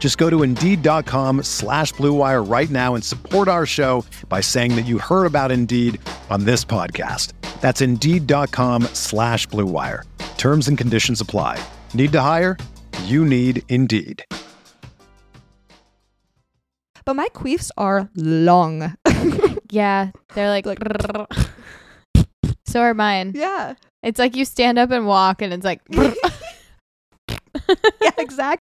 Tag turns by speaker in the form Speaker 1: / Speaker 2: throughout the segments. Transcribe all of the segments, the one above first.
Speaker 1: Just go to Indeed.com slash BlueWire right now and support our show by saying that you heard about Indeed on this podcast. That's Indeed.com slash BlueWire. Terms and conditions apply. Need to hire? You need Indeed.
Speaker 2: But my queefs are long.
Speaker 3: Yeah, they're like,
Speaker 2: Like-
Speaker 3: so are mine.
Speaker 2: yeah.
Speaker 3: It's like you stand up and walk, and it's like,
Speaker 2: Yeah, exactly.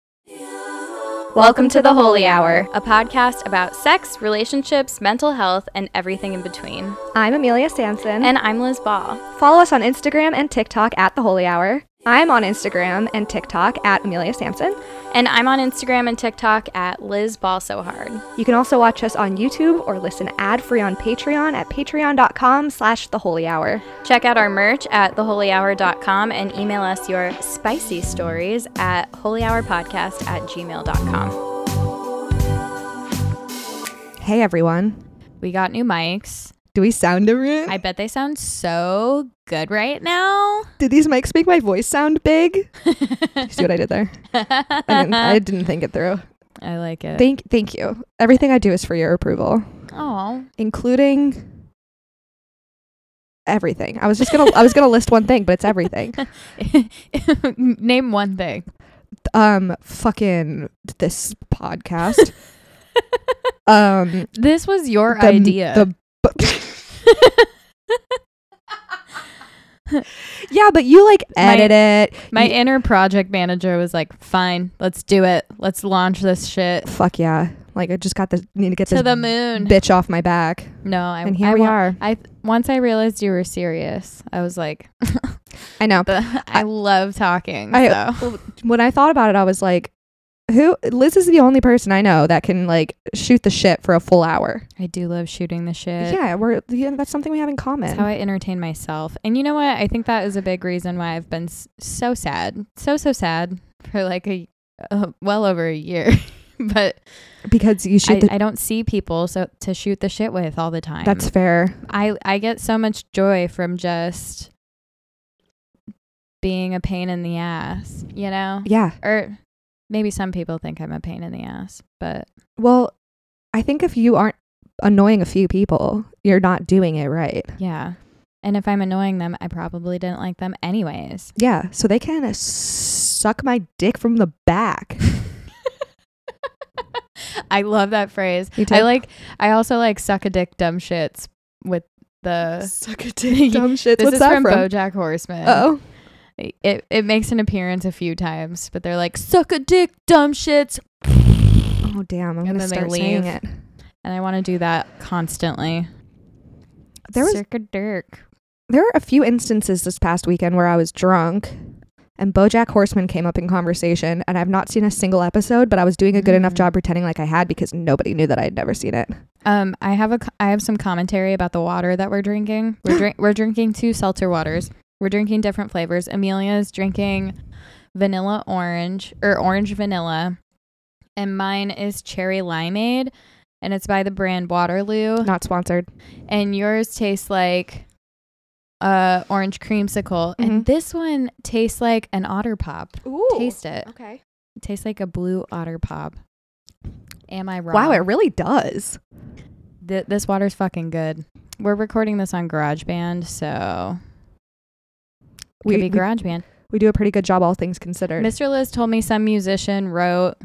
Speaker 4: Welcome to the Holy Hour, a podcast about sex, relationships, mental health, and everything in between.
Speaker 5: I'm Amelia Sampson.
Speaker 4: And I'm Liz Ball.
Speaker 5: follow us on Instagram and TikTok at The Holy Hour. I'm on Instagram and TikTok at Amelia Sampson.
Speaker 4: And I'm on Instagram and TikTok at Liz Ball So Hard.
Speaker 5: You can also watch us on YouTube or listen ad-free on Patreon at patreon.com slash The Holy Hour.
Speaker 4: Check out our merch at theholyhour.com and email us your spicy stories at holyhourpodcast at gmail.com.
Speaker 2: Hey, everyone.
Speaker 3: we got new mics.
Speaker 2: Do we sound different?
Speaker 3: I bet they sound so good right now.
Speaker 2: Did these mics make my voice sound big? You See what I did there? I didn't, I didn't think it through.
Speaker 3: I like it.
Speaker 2: Thank, thank you. Everything I do is for your approval,
Speaker 3: Oh,
Speaker 2: including everything. I was just gonna, I was gonna list one thing, but it's everything.
Speaker 3: name one thing.
Speaker 2: Um, fucking this podcast. Um,
Speaker 3: This was your
Speaker 2: the-
Speaker 3: idea.
Speaker 2: the yeah, but you like
Speaker 3: My-
Speaker 2: edit it.
Speaker 3: My
Speaker 2: You-
Speaker 3: inner project manager was like, "Fine, let's do it. Let's launch this shit
Speaker 2: fuck yeah. Like I just got this. Need to get
Speaker 3: to
Speaker 2: this
Speaker 3: the moon."
Speaker 2: bitch off my back.
Speaker 3: No, I,
Speaker 2: and here
Speaker 3: I
Speaker 2: we
Speaker 3: wa-
Speaker 2: are.
Speaker 3: I once I realized you were serious, I was like,
Speaker 2: I know.
Speaker 3: the, I love talking.
Speaker 2: I-
Speaker 3: so.
Speaker 2: When I thought about it, I was like, who? Liz is the only person I know that can like shoot the shit for a full hour.
Speaker 3: I do love shooting the shit.
Speaker 2: yeah, we're yeah, that's something we have in
Speaker 3: That's
Speaker 2: common.
Speaker 3: how I entertain myself. And you know what? I think that is a big reason why I've been s- so sad, so, so sad for like a, uh, well over a year. but
Speaker 2: because you shoot
Speaker 3: I,
Speaker 2: the.
Speaker 3: I don't see people so to shoot the shit with all the time.
Speaker 2: that's fair.
Speaker 3: I, I get so much joy from just being a pain in the ass, you know?
Speaker 2: Yeah.
Speaker 3: Or maybe some people think I'm a pain in the ass, but
Speaker 2: Well, I think if you aren't annoying a few people, you're not doing it right.
Speaker 3: yeah. And if I'm annoying them, I probably didn't like them anyways.
Speaker 2: Yeah. So they can uh, suck my dick from the back.
Speaker 3: I love that phrase.
Speaker 2: You
Speaker 3: I
Speaker 2: did.
Speaker 3: like. I also like suck a dick dumb shits with the.
Speaker 2: Suck a dick. Dumb shit.
Speaker 3: This
Speaker 2: What's
Speaker 3: is
Speaker 2: that
Speaker 3: from,
Speaker 2: from?
Speaker 3: BoJack Horseman.
Speaker 2: Oh,
Speaker 3: It it makes an appearance a few times, but they're like suck a dick dumb shits,
Speaker 2: oh damn! I'm
Speaker 3: And
Speaker 2: gonna
Speaker 3: then they
Speaker 2: start saying
Speaker 3: leave.
Speaker 2: it.
Speaker 3: and I want to do that constantly.
Speaker 2: There was
Speaker 3: suck a dick.
Speaker 2: there were a few instances this past weekend where I was drunk and Bojack Horseman came up in conversation and I've not seen a single episode, but I was doing a good enough
Speaker 3: Mm.
Speaker 2: job pretending like I had because nobody knew that I had never seen it.
Speaker 3: Um, I have a co- I have some commentary about the water that we're drinking. We're drink we're drinking two seltzer waters. We're drinking different flavors. Amelia is drinking vanilla orange or orange vanilla, and mine is cherry limeade, and it's by the brand Waterloo.
Speaker 2: Not sponsored.
Speaker 3: And yours tastes like uh orange creamsicle, and
Speaker 2: Mhm.
Speaker 3: this one tastes like an otter pop.
Speaker 5: Ooh.
Speaker 3: Taste it.
Speaker 5: Okay.
Speaker 3: It tastes like a blue otter pop. Am I wrong?
Speaker 2: Wow, it really does.
Speaker 3: Th- this water's fucking good. We're recording this on GarageBand, so we
Speaker 2: We,
Speaker 3: could be
Speaker 2: we,
Speaker 3: GarageBand.
Speaker 2: we do a pretty good job, all things considered.
Speaker 3: Mr. Liz told me some musician wrote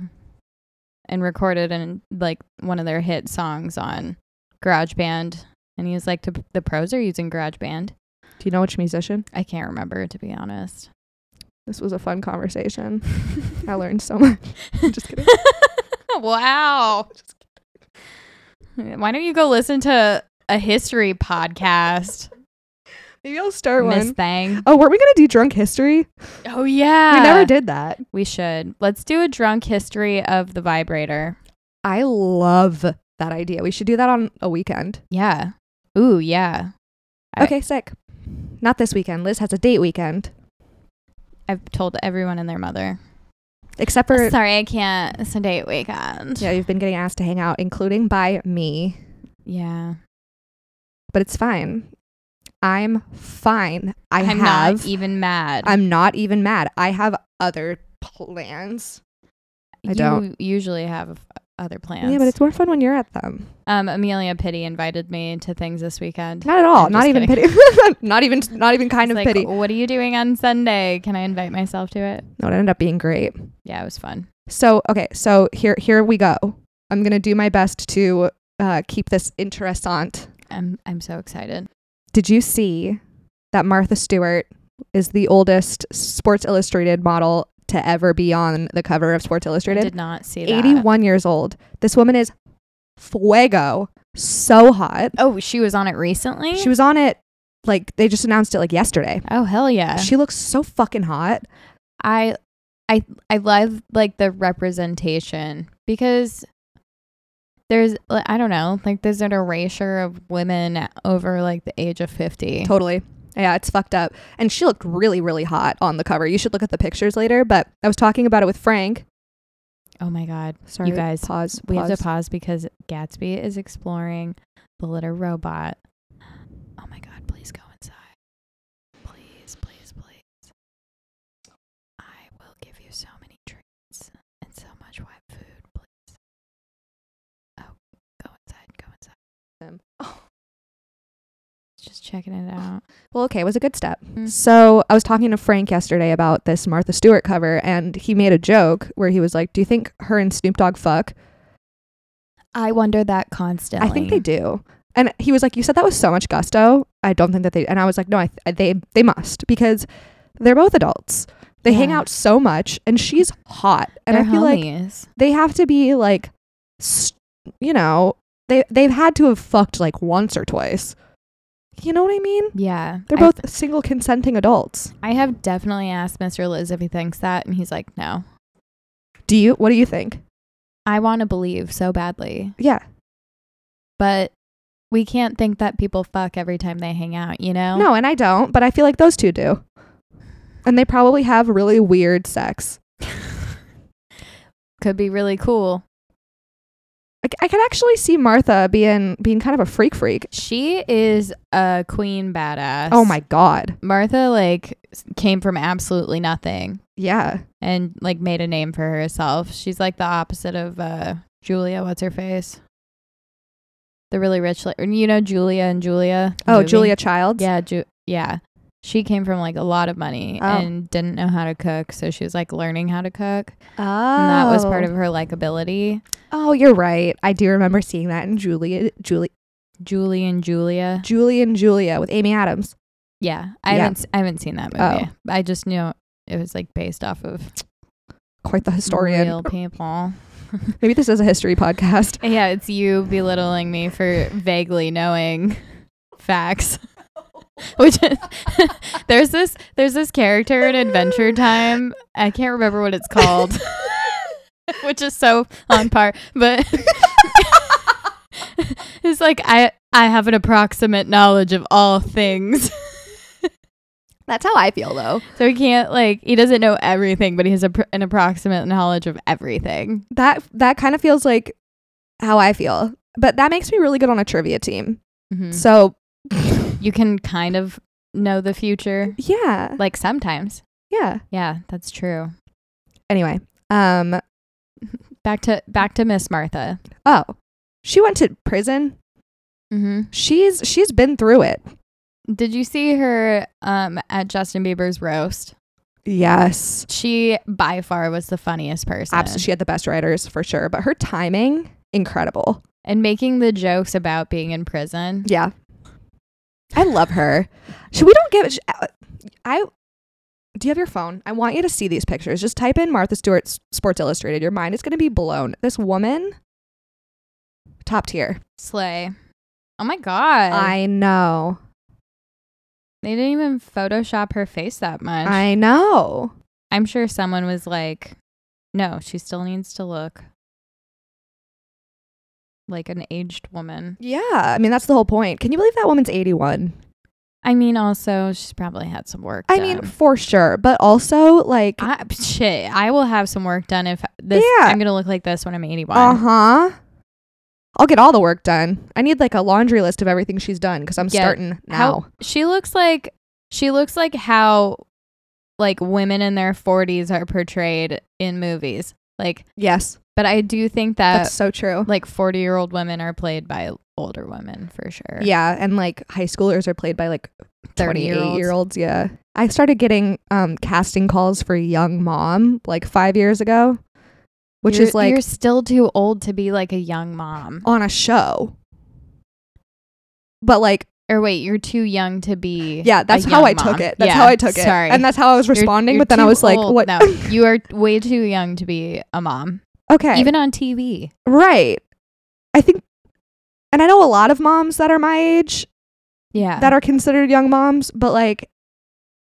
Speaker 3: and recorded and like one of their hit songs on GarageBand, and he was like, "To- "The pros are using GarageBand."
Speaker 2: do Do you know which musician?
Speaker 3: I can't remember to be honest.
Speaker 2: This was a fun conversation. I learned so much. I'm just kidding.
Speaker 3: wow. Why don't you go listen to a history podcast,
Speaker 2: Maybe I'll start
Speaker 3: Miss
Speaker 2: one.
Speaker 3: Thang?
Speaker 2: Oh, weren't we gonna do drunk history?
Speaker 3: Oh yeah,
Speaker 2: we never did that.
Speaker 3: We should. Let's do a drunk history of the vibrator.
Speaker 2: I love that idea. We should do that on a weekend.
Speaker 3: Yeah. Ooh yeah. I-
Speaker 2: okay, sick. Not this weekend. Liz has a date weekend.
Speaker 3: I've told everyone and their mother.
Speaker 2: Except for
Speaker 3: Sorry, I can't. It's a date weekend.
Speaker 2: yeah, you've been getting asked to hang out, including by me.
Speaker 3: Yeah.
Speaker 2: But it's fine. I'm fine. I
Speaker 3: I'm
Speaker 2: have.
Speaker 3: not even mad.
Speaker 2: I'm not even mad. I have other plans. I
Speaker 3: you
Speaker 2: don't.
Speaker 3: usually have other plans.
Speaker 2: Yeah, but it's more fun when you're at them.
Speaker 3: um, Amelia Pity invited me to things this weekend.
Speaker 2: Not at all.
Speaker 3: I'm
Speaker 2: Not
Speaker 3: just
Speaker 2: even
Speaker 3: kidding.
Speaker 2: pity. not even. Not even kind
Speaker 3: It's
Speaker 2: of
Speaker 3: like, oh.
Speaker 2: pity.
Speaker 3: What are you doing on Sunday? Can I invite myself to it?
Speaker 2: No, it ended up being great.
Speaker 3: Yeah, it was fun.
Speaker 2: So okay, so here here we go. I'm gonna do my best to uh, keep this interessant.
Speaker 3: I'm I'm so excited.
Speaker 2: Did you see that Martha Stewart is the oldest Sports Illustrated model to ever be on the cover of Sports
Speaker 3: I
Speaker 2: Illustrated?
Speaker 3: did not see that.
Speaker 2: 81 years old. This woman is fuego, so hot.
Speaker 3: Oh, she was on it recently.
Speaker 2: She was on it like they just announced it like yesterday.
Speaker 3: Oh hell yeah.
Speaker 2: She looks so fucking hot.
Speaker 3: I I I love like the representation because there's like, I don't know like there's an erasure of women over like the age of fifty.
Speaker 2: Totally. Yeah, it's fucked up. And she looked really, really hot on the cover. You should look at the pictures later. But I was talking about it with Frank.
Speaker 3: Oh my god,
Speaker 2: Sorry,
Speaker 3: guys,
Speaker 2: Pause.
Speaker 3: we have to pause because Gatsby is exploring the litter robot. Oh my god, please go inside. Please, please, please. I will give you so many treats and so much wet food, please. Oh, go inside, go inside.
Speaker 2: Oh,
Speaker 3: Just checking it out.
Speaker 2: Well, okay, it was a good step.
Speaker 3: Mm.
Speaker 2: So I was talking to Frank yesterday about this Martha Stewart cover, and he made a joke where he was like, "Do you think her and Snoop Dogg fuck?"
Speaker 3: I wonder that constantly.
Speaker 2: I think they do. And he was like, "You said that with so much gusto. I don't think that they." And I was like, "No, I th- they they must because they're both adults. They hang
Speaker 3: Yeah.
Speaker 2: out so much, and she's hot. And
Speaker 3: They're
Speaker 2: I feel like
Speaker 3: homies.
Speaker 2: they have to be like s you know they they've had to have fucked like once or twice you know what i mean
Speaker 3: yeah,
Speaker 2: they're
Speaker 3: I-
Speaker 2: both single consenting adults
Speaker 3: I have definitely asked Mr. Liz if he thinks that, and he's like, no.
Speaker 2: do you what do you think
Speaker 3: I want to believe so badly,
Speaker 2: yeah
Speaker 3: but we can't think that people fuck every time they hang out, you know?
Speaker 2: no and i don't but i feel like those two do and they probably have really weird sex
Speaker 3: Could be really cool.
Speaker 2: i, I could actually see martha being being kind of a freak freak
Speaker 3: She is a queen badass.
Speaker 2: oh my god
Speaker 3: Martha, like, s- came from absolutely nothing
Speaker 2: yeah
Speaker 3: and, like, made a name for herself. She's, like, the opposite of uh, Julia. What's her face? The really rich, like, you know, Julia and Julia. the
Speaker 2: oh
Speaker 3: movie?
Speaker 2: julia childs
Speaker 3: Yeah, Ju- yeah. She came from like a lot of money
Speaker 2: Oh.
Speaker 3: and didn't know how to cook, so she was like learning how to cook,
Speaker 2: oh
Speaker 3: and that was part of her likability.
Speaker 2: oh you're right i do remember seeing that in julia julie
Speaker 3: Julie and Julia.
Speaker 2: julie and julia with amy adams
Speaker 3: Yeah, I
Speaker 2: Yeah.
Speaker 3: haven't s- I haven't seen that movie. I just knew it was like based off of
Speaker 2: quite the historian.
Speaker 3: real people.
Speaker 2: Maybe this is a history podcast.
Speaker 3: yeah, it's you belittling me for vaguely knowing facts. Which is, there's this there's this character in Adventure Time. I can't remember what it's called. which is so on par. But it's like I I have an approximate knowledge of all things.
Speaker 2: That's how I feel though.
Speaker 3: So he can't like he doesn't know everything, but he has a, pr- an approximate knowledge of everything.
Speaker 2: That that kind of feels like how I feel. But that makes me really good on a trivia team.
Speaker 3: Mm.
Speaker 2: So
Speaker 3: You can kind of know the future,
Speaker 2: yeah.
Speaker 3: like sometimes.
Speaker 2: Yeah.
Speaker 3: Yeah, that's true.
Speaker 2: Anyway, um
Speaker 3: Back to back to Miss Martha.
Speaker 2: oh, she went to prison.
Speaker 3: Mm-hmm.
Speaker 2: She's she's been through it.
Speaker 3: Did you see her um, at Justin Bieber's roast?
Speaker 2: Yes.
Speaker 3: She by far was the funniest person.
Speaker 2: Absolutely. She had the best writers for sure, but her timing incredible.
Speaker 3: and making the jokes about being in prison.
Speaker 2: Yeah. I love her. Should we don't give? sh- uh, I. Do you have your phone? I want you to see these pictures. Just type in Martha Stewart S- Sports Illustrated. Your mind is going to be blown. This woman, top tier.
Speaker 3: Slay. Oh my god.
Speaker 2: I know.
Speaker 3: they didn't even Photoshop her face that much.
Speaker 2: I know.
Speaker 3: I'm sure someone was like, no, she still needs to look like an aged woman.
Speaker 2: Yeah. I mean, that's the whole point. Can you believe that woman's 81?
Speaker 3: I mean, also, she's probably had some work.
Speaker 2: I
Speaker 3: done.
Speaker 2: mean, for sure. But also, like,
Speaker 3: I, shit, I will have some work done if this.
Speaker 2: Yeah.
Speaker 3: I'm gonna look like this when I'm 81.
Speaker 2: uh huh. I'll get all the work done. I need like a laundry list of everything she's done because I'm
Speaker 3: Yeah.
Speaker 2: starting now.
Speaker 3: How she looks like she looks like how like women in their 40s are portrayed in movies. Like,
Speaker 2: Yes,
Speaker 3: but I do think that
Speaker 2: that's so true.
Speaker 3: like 40 year old women are played by older women for sure.
Speaker 2: Yeah, and like high schoolers are played by like
Speaker 3: 30
Speaker 2: 28 year olds. Yeah. I started getting um, casting calls for Young Mom like five years ago, which
Speaker 3: You're-
Speaker 2: is like Oh.
Speaker 3: you're still too old to be like a young mom.
Speaker 2: on a show. But like,
Speaker 3: Or wait, you're too young to be.
Speaker 2: yeah,
Speaker 3: a
Speaker 2: that's how
Speaker 3: young
Speaker 2: I took
Speaker 3: mom.
Speaker 2: it. That's
Speaker 3: Yeah,
Speaker 2: how I took it.
Speaker 3: Sorry.
Speaker 2: And that's how I was
Speaker 3: You're-
Speaker 2: responding.
Speaker 3: you're
Speaker 2: but then I
Speaker 3: too
Speaker 2: was like,
Speaker 3: old.
Speaker 2: what?
Speaker 3: No, you are way too young to be a mom,
Speaker 2: okay.
Speaker 3: even on TV.
Speaker 2: right. I think, and I know a lot of moms that are my age
Speaker 3: Yeah.
Speaker 2: that are considered young moms, but like,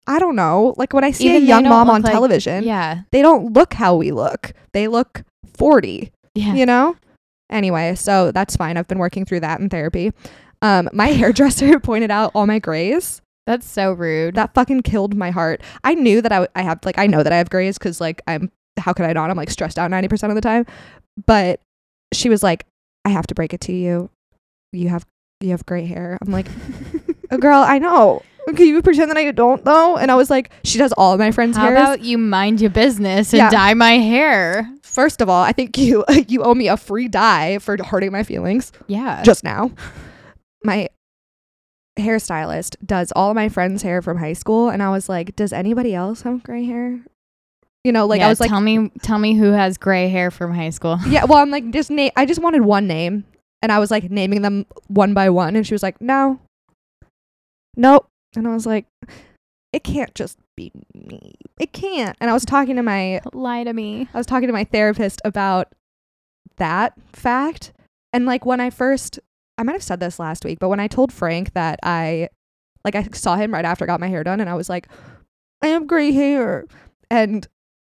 Speaker 2: I don't know. Like when I see
Speaker 3: Even
Speaker 2: a
Speaker 3: they
Speaker 2: young
Speaker 3: don't
Speaker 2: mom
Speaker 3: look
Speaker 2: on
Speaker 3: like-
Speaker 2: television,
Speaker 3: yeah.
Speaker 2: they don't look how we look. They look 40,
Speaker 3: Yeah.
Speaker 2: you know? Anyway, so that's fine. I've been working through that in therapy. Um, my hairdresser pointed out all my grays.
Speaker 3: That's so rude.
Speaker 2: That fucking killed my heart. I knew that I, w- I have, like, I know that I have grays because, like, I'm, how could I not? I'm, like, stressed out 90% of the time. But she was like, I have to break it to you. You have, you have gray hair. I'm like, "Oh, girl, I know. Can you pretend that I don't, though? And I was like, she does all of my friends'
Speaker 3: How
Speaker 2: hair.
Speaker 3: about you mind your business and
Speaker 2: Yeah.
Speaker 3: dye my hair?
Speaker 2: First of all, I think you you owe me a free dye for hurting my feelings
Speaker 3: Yeah.
Speaker 2: just now. My hairstylist does all of my friends' hair from high school, and I was like, "Does anybody else have gray hair?" You know, like I
Speaker 3: Yeah,
Speaker 2: was like,
Speaker 3: tell me, tell me who has gray hair from high school.
Speaker 2: "Yeah." Well, I'm like, just name. I just wanted one name, and I was like naming them one by one, and she was like, "No, nope," and I was like, "It can't just be me. It can't." And I was talking to my
Speaker 3: Lie to me.
Speaker 2: I was talking to my therapist about that fact. And like when I first, I might have said this last week, but when I told Frank that I, like, I saw him right after I got my hair done and I was like, I have gray hair. And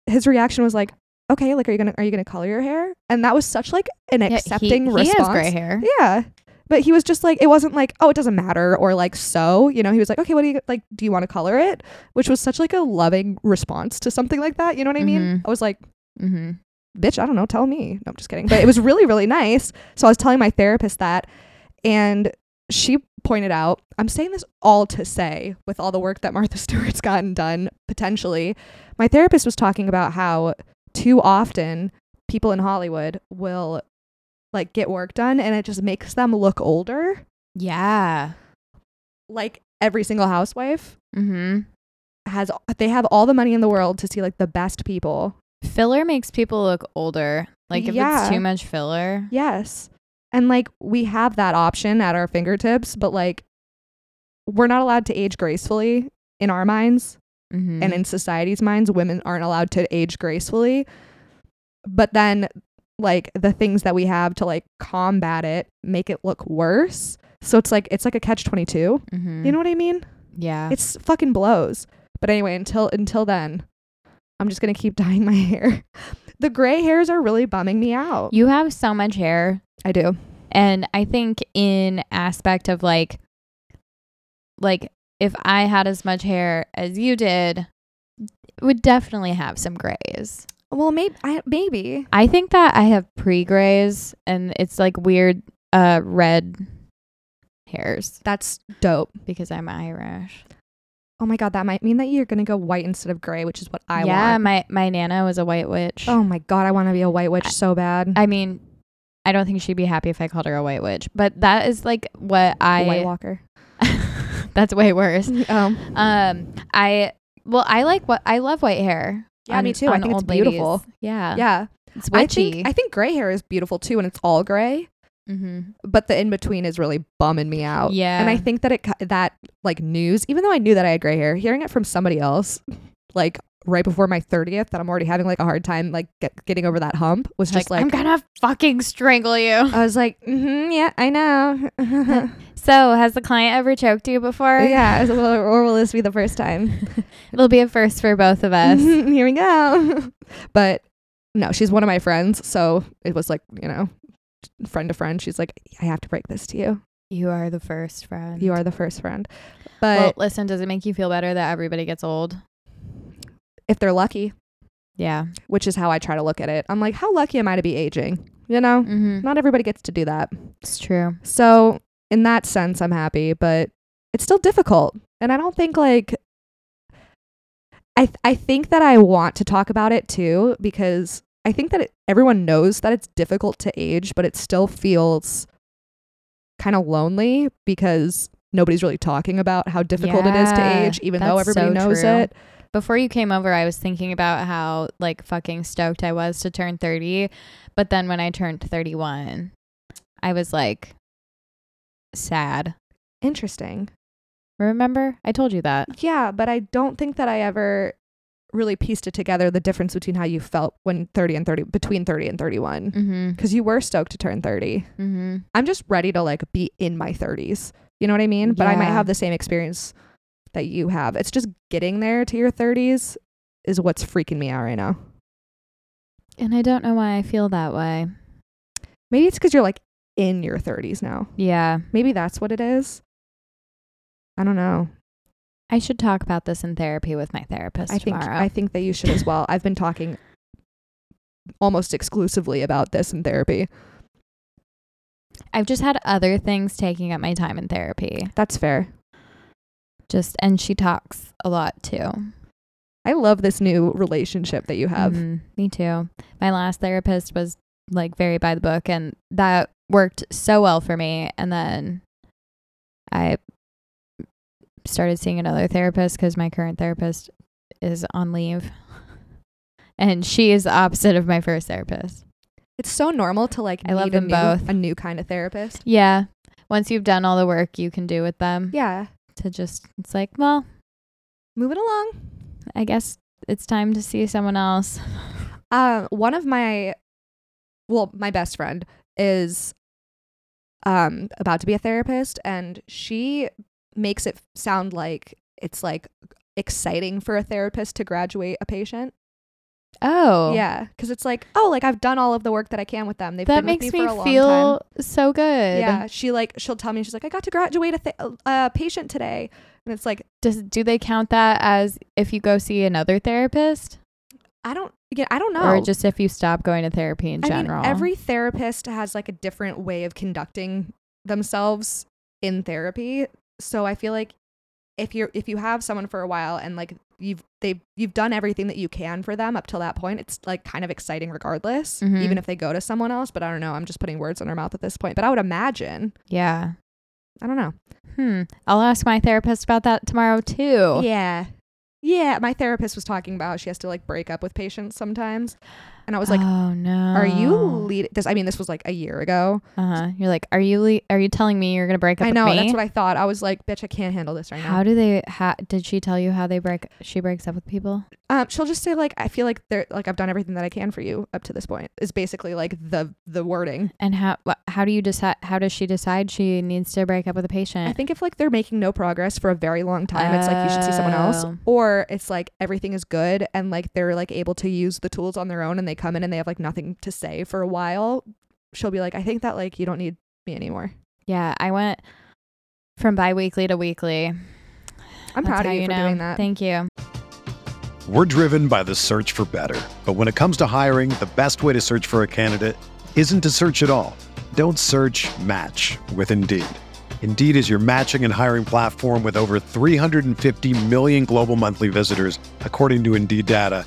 Speaker 2: his reaction was like, okay, like, are you gonna, are you gonna color your hair? And that was such like an
Speaker 3: Yeah, he-
Speaker 2: accepting
Speaker 3: he,
Speaker 2: response.
Speaker 3: has gray hair.
Speaker 2: Yeah. But he was just like, it wasn't like, oh, it doesn't matter or like so, you know, he was like, okay, what do you like, do you want to color it? Which was such like a loving response to something like that. You know what I mean?
Speaker 3: Mhm.
Speaker 2: I was like,
Speaker 3: Mm-hmm.
Speaker 2: bitch, I don't know, tell me. No, I'm just kidding. But it was really, really nice. So I was telling my therapist that, and she pointed out, I'm saying this all to say, with all the work that Martha Stewart's gotten done, potentially, my therapist was talking about how too often people in Hollywood will like get work done and it just makes them look older,
Speaker 3: Yeah.
Speaker 2: like every single housewife
Speaker 3: Mm-hmm.
Speaker 2: has they have all the money in the world to see like the best people
Speaker 3: Filler makes people look older. Like if
Speaker 2: Yeah.
Speaker 3: it's too much filler.
Speaker 2: Yes. And like we have that option at our fingertips, but like we're not allowed to age gracefully in our minds
Speaker 3: Mm-hmm.
Speaker 2: and in society's minds, women aren't allowed to age gracefully. But then like the things that we have to like combat it make it look worse. So it's like it's like a catch 22. You know what I mean?
Speaker 3: Mm-hmm. Mm. Yeah.
Speaker 2: It's fucking blows. But anyway, until until then, I'm just going to keep dyeing my hair. The gray hairs are really bumming me out.
Speaker 3: you have so much hair,
Speaker 2: I do.
Speaker 3: and I think in aspect of like, like if I had as much hair as you did, would definitely have some grays.
Speaker 2: Well, maybe I, maybe
Speaker 3: I think that I have pre grays, and it's like weird, uh, red hairs
Speaker 2: That's dope.
Speaker 3: because I'm Irish.
Speaker 2: Oh my god, that might mean that you're gonna go white instead of gray, which is what I
Speaker 3: yeah,
Speaker 2: want.
Speaker 3: my my nana was a white witch.
Speaker 2: Oh my god, I want to be a white witch
Speaker 3: I-
Speaker 2: so bad.
Speaker 3: I mean, I don't think she'd be happy if I called her a white witch, but that is like what
Speaker 2: white
Speaker 3: I.
Speaker 2: Walker.
Speaker 3: that's way worse.
Speaker 2: Oh,
Speaker 3: Um, I well, I like what I love white hair.
Speaker 2: Yeah, me too. I think it's
Speaker 3: old ladies.
Speaker 2: beautiful.
Speaker 3: Yeah,
Speaker 2: yeah.
Speaker 3: it's
Speaker 2: I
Speaker 3: witchy.
Speaker 2: think I think gray hair is beautiful too, and it's all gray.
Speaker 3: Mm-hmm.
Speaker 2: but the in between is really bumming me out.
Speaker 3: Yeah.
Speaker 2: And I think that it ki- that like news, even though I knew that I had gray hair, hearing it from somebody else, like right before my thirtieth, that I'm already having like a hard time like get, getting over that hump was just like,
Speaker 3: I'm gonna fucking strangle you.
Speaker 2: I was like, mm-hmm, yeah, I know.
Speaker 3: So, has the client ever choked you before?
Speaker 2: yeah, so will- or will this be the first time?
Speaker 3: It'll be a first for both of us.
Speaker 2: Here we go. but no, she's one of my friends, so it was like you know, friend to friend. She's like, I have to break this to you.
Speaker 3: You are the first friend.
Speaker 2: You are the first friend.
Speaker 3: Well,
Speaker 2: But
Speaker 3: listen, does it make you feel better that everybody gets old?
Speaker 2: if they're lucky,
Speaker 3: Yeah.
Speaker 2: which is how I try to look at it. I'm like, how lucky am I to be aging? You know,
Speaker 3: Mm-hmm.
Speaker 2: not everybody gets to do that.
Speaker 3: It's true.
Speaker 2: So, in that sense, I'm happy, but it's still difficult. And I don't think like I th- I think that I want to talk about it too because I think that it, everyone knows that it's difficult to age, but it still feels kind of lonely because nobody's really talking about how difficult it is to
Speaker 3: Yeah,
Speaker 2: age even though
Speaker 3: that's
Speaker 2: everybody
Speaker 3: so
Speaker 2: knows
Speaker 3: true.
Speaker 2: it.
Speaker 3: Before you came over, I was thinking about how like fucking stoked I was to turn 30, but then when I turned 31, I was like sad.
Speaker 2: Interesting.
Speaker 3: Remember? I told you that.
Speaker 2: Yeah, but I don't think that I ever really pieced it together the difference between how you felt when 30 and 30 between 30 and 31
Speaker 3: Mhm.
Speaker 2: because you were stoked to turn 30.
Speaker 3: Mhm.
Speaker 2: I'm just ready to like be in my 30s. You know what I mean? But I might
Speaker 3: Yeah.
Speaker 2: have the same experience that you have. It's just getting there to your 30s is what's freaking me out right now.
Speaker 3: And I don't know why I feel that way.
Speaker 2: Maybe it's cuz you're like in your 30s now.
Speaker 3: Yeah.
Speaker 2: Maybe that's what it is. I don't know.
Speaker 3: I should talk about this in therapy with my therapist
Speaker 2: I think
Speaker 3: tomorrow.
Speaker 2: I think that you should as well. I've been talking almost exclusively about this in therapy.
Speaker 3: I've just had other things taking up my time in therapy.
Speaker 2: That's fair.
Speaker 3: Just and she talks a lot too.
Speaker 2: I love this new relationship that you have.
Speaker 3: Mhm. me too. My last therapist was like very by the book and that worked so well for me and then I started seeing another therapist cuz my current therapist is on leave. and she is the opposite of my first therapist.
Speaker 2: It's so normal to like
Speaker 3: I love
Speaker 2: need
Speaker 3: them
Speaker 2: a new,
Speaker 3: both.
Speaker 2: a new kind of therapist.
Speaker 3: Yeah. Once you've done all the work you can do with them
Speaker 2: Yeah.
Speaker 3: to just it's like, well,
Speaker 2: Moving along.
Speaker 3: I guess it's time to see someone else.
Speaker 2: Um one of my well, my best friend is um about to be a therapist and she makes it sound like it's like exciting for a therapist to graduate a patient.
Speaker 3: Oh.
Speaker 2: Yeah, because it's like, oh, like I've done all of the work that I can with them. They've
Speaker 3: That
Speaker 2: been
Speaker 3: makes
Speaker 2: with
Speaker 3: me
Speaker 2: me, for a long time.
Speaker 3: feel so good.
Speaker 2: Yeah, she like she'll tell me she's like, I got to graduate a, th- a- a patient today, and it's like
Speaker 3: Does do they count that as if you go see another therapist,
Speaker 2: I don't, yeah, I don't know.
Speaker 3: or just if you stop going to therapy in
Speaker 2: I
Speaker 3: general?
Speaker 2: mean, every therapist has like a different way of conducting themselves in therapy. So I feel like if you're if you have someone for a while and like you've they've you've done everything that you can for them up till that point, it's like kind of exciting regardless,
Speaker 3: Mhm.
Speaker 2: even if they go to someone else. But I don't know. I'm just putting words in her mouth at this point. But I would imagine.
Speaker 3: yeah.
Speaker 2: I don't know.
Speaker 3: Hmm. I'll ask my therapist about that tomorrow too.
Speaker 2: Yeah. Yeah. My therapist was talking about how she has to like break up with patients sometimes. And I was like,
Speaker 3: oh no.
Speaker 2: are you lead this? I mean, this was like a year ago.
Speaker 3: uh-huh. You're like, are you? Le- are you telling me you're gonna break up?
Speaker 2: I know.
Speaker 3: With me?
Speaker 2: That's what I thought. I was like, bitch, I can't handle this right
Speaker 3: how do they? How did she tell you how they break? She breaks up with people.
Speaker 2: now. Um, she'll just say like, I feel like they're like I've done everything that I can for you up to this point. Is basically like the the wording.
Speaker 3: And how? wha- How do you decide? How does she decide she needs to break up with a patient?
Speaker 2: I think if like they're making no progress for a very long time, it's like you should see someone else.
Speaker 3: Oh.
Speaker 2: Or it's like everything is good and like they're like able to use the tools on their own and they come in and they have like nothing to say for a while. She'll be like, I think that like you don't need me anymore.
Speaker 3: Yeah, I went from bi-weekly to weekly.
Speaker 2: I'm
Speaker 3: That's
Speaker 2: proud
Speaker 3: how
Speaker 2: of you, for
Speaker 3: know.
Speaker 2: doing that.
Speaker 3: Thank you.
Speaker 1: We're driven by the search for better. But when it comes to hiring, the best way to search for a candidate isn't to search at all. Don't search match with Indeed. Indeed is your matching and hiring platform with over 350 million global monthly visitors, according to Indeed data,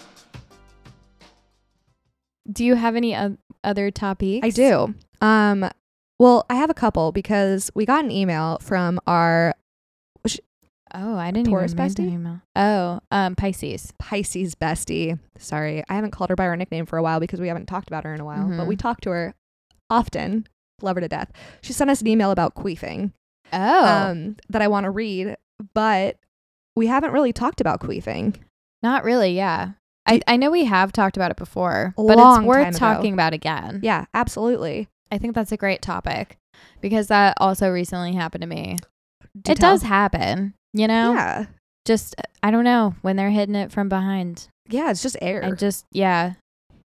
Speaker 3: Do you have any o- other topics?
Speaker 2: I do. Um, well, I have a couple because we got an email from our
Speaker 3: Oh, I didn't
Speaker 2: Taurus
Speaker 3: even read the
Speaker 2: bestie?
Speaker 3: email. Oh, um, Pisces.
Speaker 2: Pisces bestie. Sorry, I haven't called her by her nickname for a while because we haven't talked about her in a while, but
Speaker 3: Mhm.
Speaker 2: we talk to her often. Love her to death. She sent us an email about queefing
Speaker 3: Oh,
Speaker 2: um, that I want to read, but we haven't really talked about queefing.
Speaker 3: not really. Yeah, I I know we have talked about it before, but
Speaker 2: Long
Speaker 3: it's
Speaker 2: time
Speaker 3: worth
Speaker 2: ago.
Speaker 3: talking about again.
Speaker 2: Yeah, absolutely.
Speaker 3: I think that's a great topic because that also recently happened to me.
Speaker 2: Do
Speaker 3: it
Speaker 2: tell.
Speaker 3: does happen, you know.
Speaker 2: Yeah,
Speaker 3: Just I don't know when they're hitting it from behind.
Speaker 2: yeah. It's just air.
Speaker 3: I just yeah,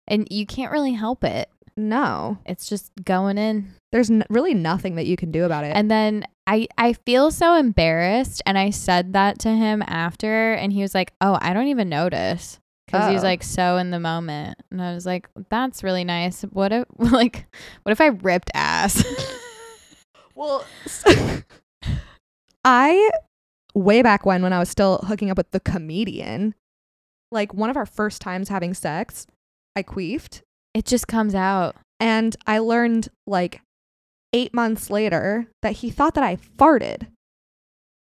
Speaker 3: and you can't really help it.
Speaker 2: no,
Speaker 3: It's just going in.
Speaker 2: there's n- really nothing that you can do about it.
Speaker 3: And then I I feel so embarrassed and I said that to him after and he was like, "Oh, I don't even notice." Cuz he was
Speaker 2: Oh.
Speaker 3: like so in the moment. And I was like, "That's really nice. What if like what if I ripped ass?"
Speaker 2: Well, s- I way back when when I was still hooking up with the comedian, like one of our first times having sex, I queefed
Speaker 3: it just comes out.
Speaker 2: and I learned like 8 months later that he thought that I farted.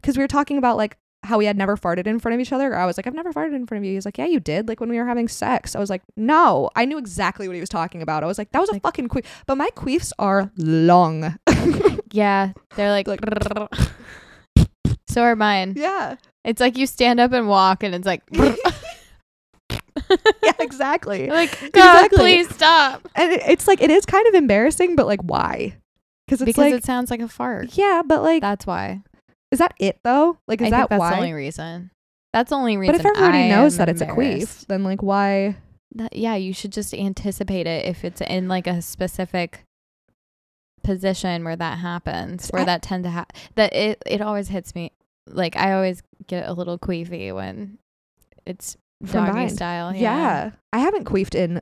Speaker 2: Cuz we were talking about like how we had never farted in front of each other. Or I was like, I've never farted in front of you. He's like, Yeah, you did. Like when we were having sex. I was like, No, I knew exactly what he was talking about. I was like, That was a
Speaker 3: Like-
Speaker 2: fucking queef. But my queefs are long.
Speaker 3: Yeah, they're like,
Speaker 2: Like-
Speaker 3: So are mine.
Speaker 2: yeah.
Speaker 3: It's like you stand up and walk and it's like
Speaker 2: Yeah, exactly.
Speaker 3: like God,
Speaker 2: Exactly.
Speaker 3: please stop.
Speaker 2: And it, it's like it is kind of embarrassing, but like why? Because it's
Speaker 3: because
Speaker 2: like
Speaker 3: it sounds like a fart.
Speaker 2: yeah, but like
Speaker 3: That's why.
Speaker 2: is that it though? Like is
Speaker 3: I
Speaker 2: that
Speaker 3: think that's
Speaker 2: why?
Speaker 3: the only reason. That's the only reason.
Speaker 2: but if everybody
Speaker 3: I
Speaker 2: knows
Speaker 3: am
Speaker 2: that it's a
Speaker 3: embarrassed.
Speaker 2: queef, then like why?
Speaker 3: That, yeah, you should just anticipate it if it's in like a specific position where that happens, where
Speaker 2: I-
Speaker 3: that tend to happen. That it it always hits me. Like I always get a little queefy when it's
Speaker 2: From
Speaker 3: doggy
Speaker 2: behind.
Speaker 3: style.
Speaker 2: yeah.
Speaker 3: Oh, Yeah,
Speaker 2: I haven't queefed in.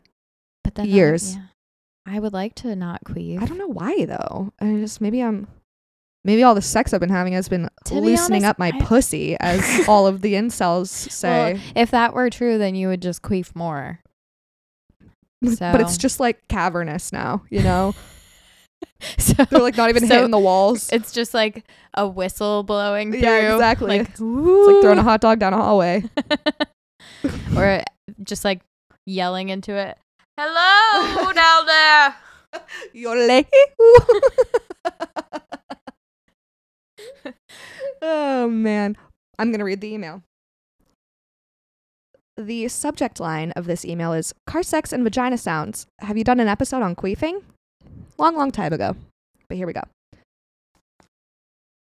Speaker 3: but then I-
Speaker 2: years.
Speaker 3: yeah. I would like to not queef.
Speaker 2: I don't know why though. I just maybe I'm. Maybe all the sex I've been having has been
Speaker 3: To be
Speaker 2: loosening
Speaker 3: honest,
Speaker 2: up my
Speaker 3: I-
Speaker 2: pussy, as all of the incels say.
Speaker 3: Well, if that were true, then you would just queef more.
Speaker 2: But it's
Speaker 3: so-
Speaker 2: just like cavernous now, you know?
Speaker 3: So
Speaker 2: They're like not even
Speaker 3: So-
Speaker 2: hitting the walls.
Speaker 3: it's just like a whistle blowing through.
Speaker 2: Yeah, exactly.
Speaker 3: Like,
Speaker 2: it's like throwing a hot dog down a hallway.
Speaker 3: or just like yelling into it. Hello down there.
Speaker 2: Yole. oh man. I'm going to read the email. The subject line of this email is car sex and vagina sounds. Have you done an episode on queefing? Long, long time ago. But here we go.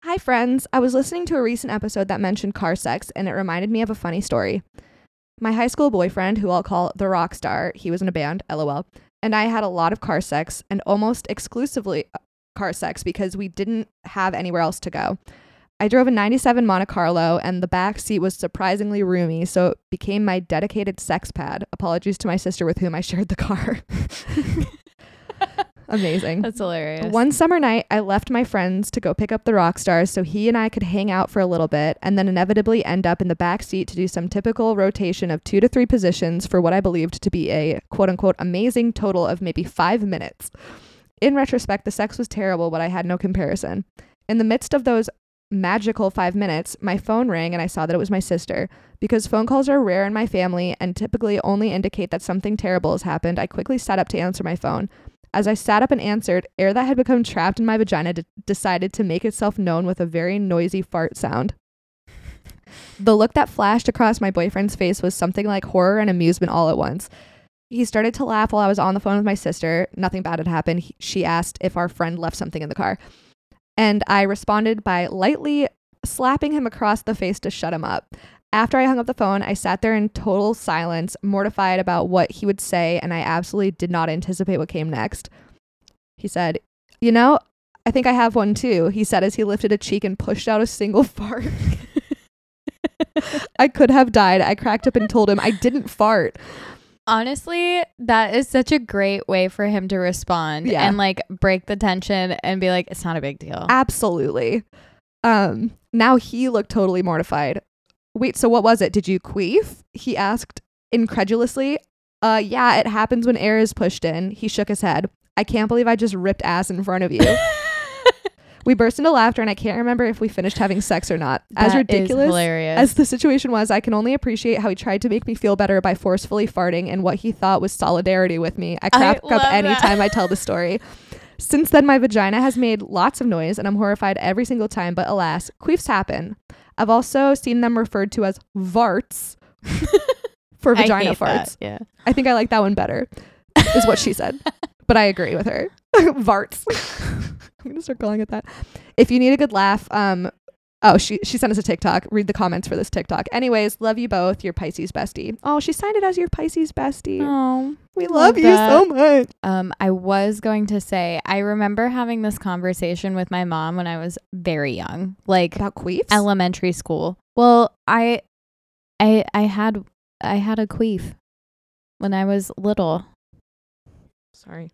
Speaker 2: Hi, friends. I was listening to a recent episode that mentioned car sex, and it reminded me of a funny story. My high school boyfriend, who I'll call the rock star, he was in a band, lol, and I had a lot of car sex and almost exclusively uh, car sex because we didn't have anywhere else to go. I drove a 97 Monte Carlo and the back seat was surprisingly roomy, so it became my dedicated sex pad. Apologies to my sister with whom I shared the car. Amazing.
Speaker 3: That's hilarious.
Speaker 2: One summer night, I left my friends to go pick up the rock stars so he and I could hang out for a little bit and then inevitably end up in the back seat to do some typical rotation of two to three positions for what I believed to be a quote unquote amazing total of maybe five minutes. In retrospect, the sex was terrible, but I had no comparison. In the midst of those magical five minutes, my phone rang and I saw that it was my sister. Because phone calls are rare in my family and typically only indicate that something terrible has happened, I quickly sat up to answer my phone. As I sat up and answered, air that had become trapped in my vagina d- decided to make itself known with a very noisy fart sound. The look that flashed across my boyfriend's face was something like horror and amusement all at once. He started to laugh while I was on the phone with my sister. Nothing bad had happened. He- she asked if our friend left something in the car. And I responded by lightly slapping him across the face to shut him up. After I hung up the phone, I sat there in total silence, mortified about what he would say, and I absolutely did not anticipate what came next. He said, You know, I think I have one too, he said as he lifted a cheek and pushed out a single fart. I could have died. I cracked up and told him I didn't fart.
Speaker 3: Honestly, that is such a great way for him to respond
Speaker 2: Yeah.
Speaker 3: and like break the tension and be like, it's not a big deal.
Speaker 2: Absolutely. Um, now he looked totally mortified. Wait, so what was it? Did you queef? He asked incredulously. Uh, yeah, it happens when air is pushed in. He shook his head. I can't believe I just ripped ass in front of you. we burst into laughter, and I can't remember if we finished having sex or not. As
Speaker 3: That is
Speaker 2: ridiculous
Speaker 3: hilarious.
Speaker 2: as the situation was, I can only appreciate how he tried to make me feel better by forcefully farting and what he thought was solidarity with me. I crack
Speaker 3: love
Speaker 2: up
Speaker 3: that.
Speaker 2: anytime I tell the story. Since then, my vagina has made lots of noise, and I'm horrified every single time. But alas, queefs happen. I've also seen them referred to as varts for
Speaker 3: I
Speaker 2: vagina
Speaker 3: hate
Speaker 2: farts.
Speaker 3: that. Yeah.
Speaker 2: I think I like that one better, is what she said. But I agree with her. Varts. I'm gonna start calling it that. If you need a good laugh, um, oh she she sent us a TikTok. Read the comments for this TikTok. Anyways, love you both. Your Pisces bestie. Oh, she signed it as your Pisces bestie.
Speaker 3: Oh.
Speaker 2: we
Speaker 3: love
Speaker 2: love you so much.
Speaker 3: Um, I was going to say, I remember having this conversation with my mom when I was very young, like
Speaker 2: About queefs.
Speaker 3: elementary school. Well, I, I, I had, I had a queef when I was little.
Speaker 2: Sorry,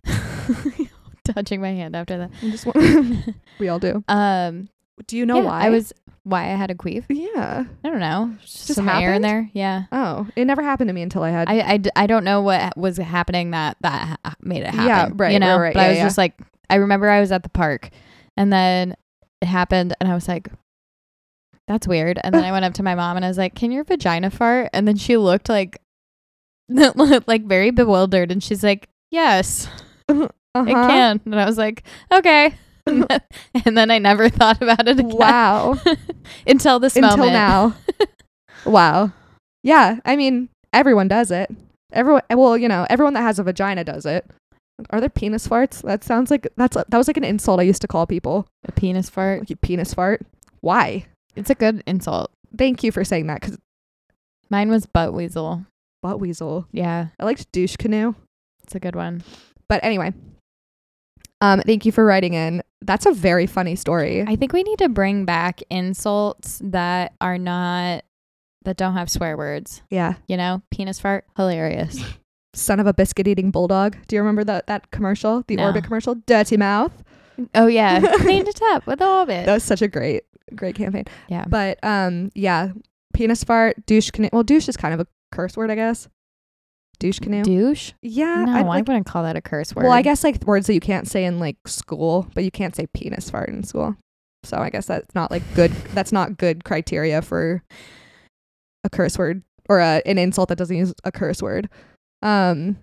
Speaker 3: Touching my hand after that.
Speaker 2: I just want- we all do.
Speaker 3: um,
Speaker 2: Do you know
Speaker 3: yeah,
Speaker 2: why?
Speaker 3: I was why I had a queef.
Speaker 2: yeah.
Speaker 3: I don't know. Just
Speaker 2: Just
Speaker 3: some air in
Speaker 2: happened?
Speaker 3: there. Yeah.
Speaker 2: Oh, it never happened to me until I had.
Speaker 3: I, I, d- I don't know what was happening that that ha- made it happen.
Speaker 2: Yeah, right,
Speaker 3: You know,
Speaker 2: right, right,
Speaker 3: but I
Speaker 2: yeah,
Speaker 3: was
Speaker 2: yeah.
Speaker 3: just like, I remember I was at the park, and then it happened, and I was like, "That's weird." And then I went up to my mom, and I was like, "Can your vagina fart?" And then she looked like, like very bewildered, and she's like, "Yes,
Speaker 2: uh-huh.
Speaker 3: it can." And I was like, "Okay." and then- and then I never thought about it again
Speaker 2: Wow.
Speaker 3: until this
Speaker 2: until
Speaker 3: moment.
Speaker 2: now. wow. Yeah, I mean, everyone does it. Everyone, well, you know, everyone that has a vagina does it. Are there penis farts? That sounds like that's that was like an insult I used to call people.
Speaker 3: A penis fart.
Speaker 2: Like you penis fart. Why?
Speaker 3: It's a good insult.
Speaker 2: Thank you for saying that because
Speaker 3: Mine was butt weasel.
Speaker 2: butt weasel.
Speaker 3: Yeah,
Speaker 2: I liked douche canoe,
Speaker 3: it's a good one.
Speaker 2: but anyway. Um, thank you for writing in. That's a very funny story.
Speaker 3: I think we need to bring back insults that are not that don't have swear words.
Speaker 2: yeah,
Speaker 3: You know, penis fart, hilarious.
Speaker 2: son of a biscuit eating bulldog. Do you remember that that commercial, the
Speaker 3: No.
Speaker 2: Orbit commercial, Dirty Mouth?
Speaker 3: oh yeah, cleaned it up with all of it.
Speaker 2: That was such a great, great campaign.
Speaker 3: yeah,
Speaker 2: But um, yeah, penis fart, douche canoe. Well, douche is kind of a curse word, I guess. Douche canoe.
Speaker 3: douche.
Speaker 2: yeah,
Speaker 3: no,
Speaker 2: I'd
Speaker 3: I
Speaker 2: like-
Speaker 3: wouldn't call that a curse word.
Speaker 2: Uh, well, I guess like words that you can't say in like school, but you can't say penis fart in school. So I guess that's not like good. That's not good criteria for a curse word or a, an insult that doesn't use a curse word. Um,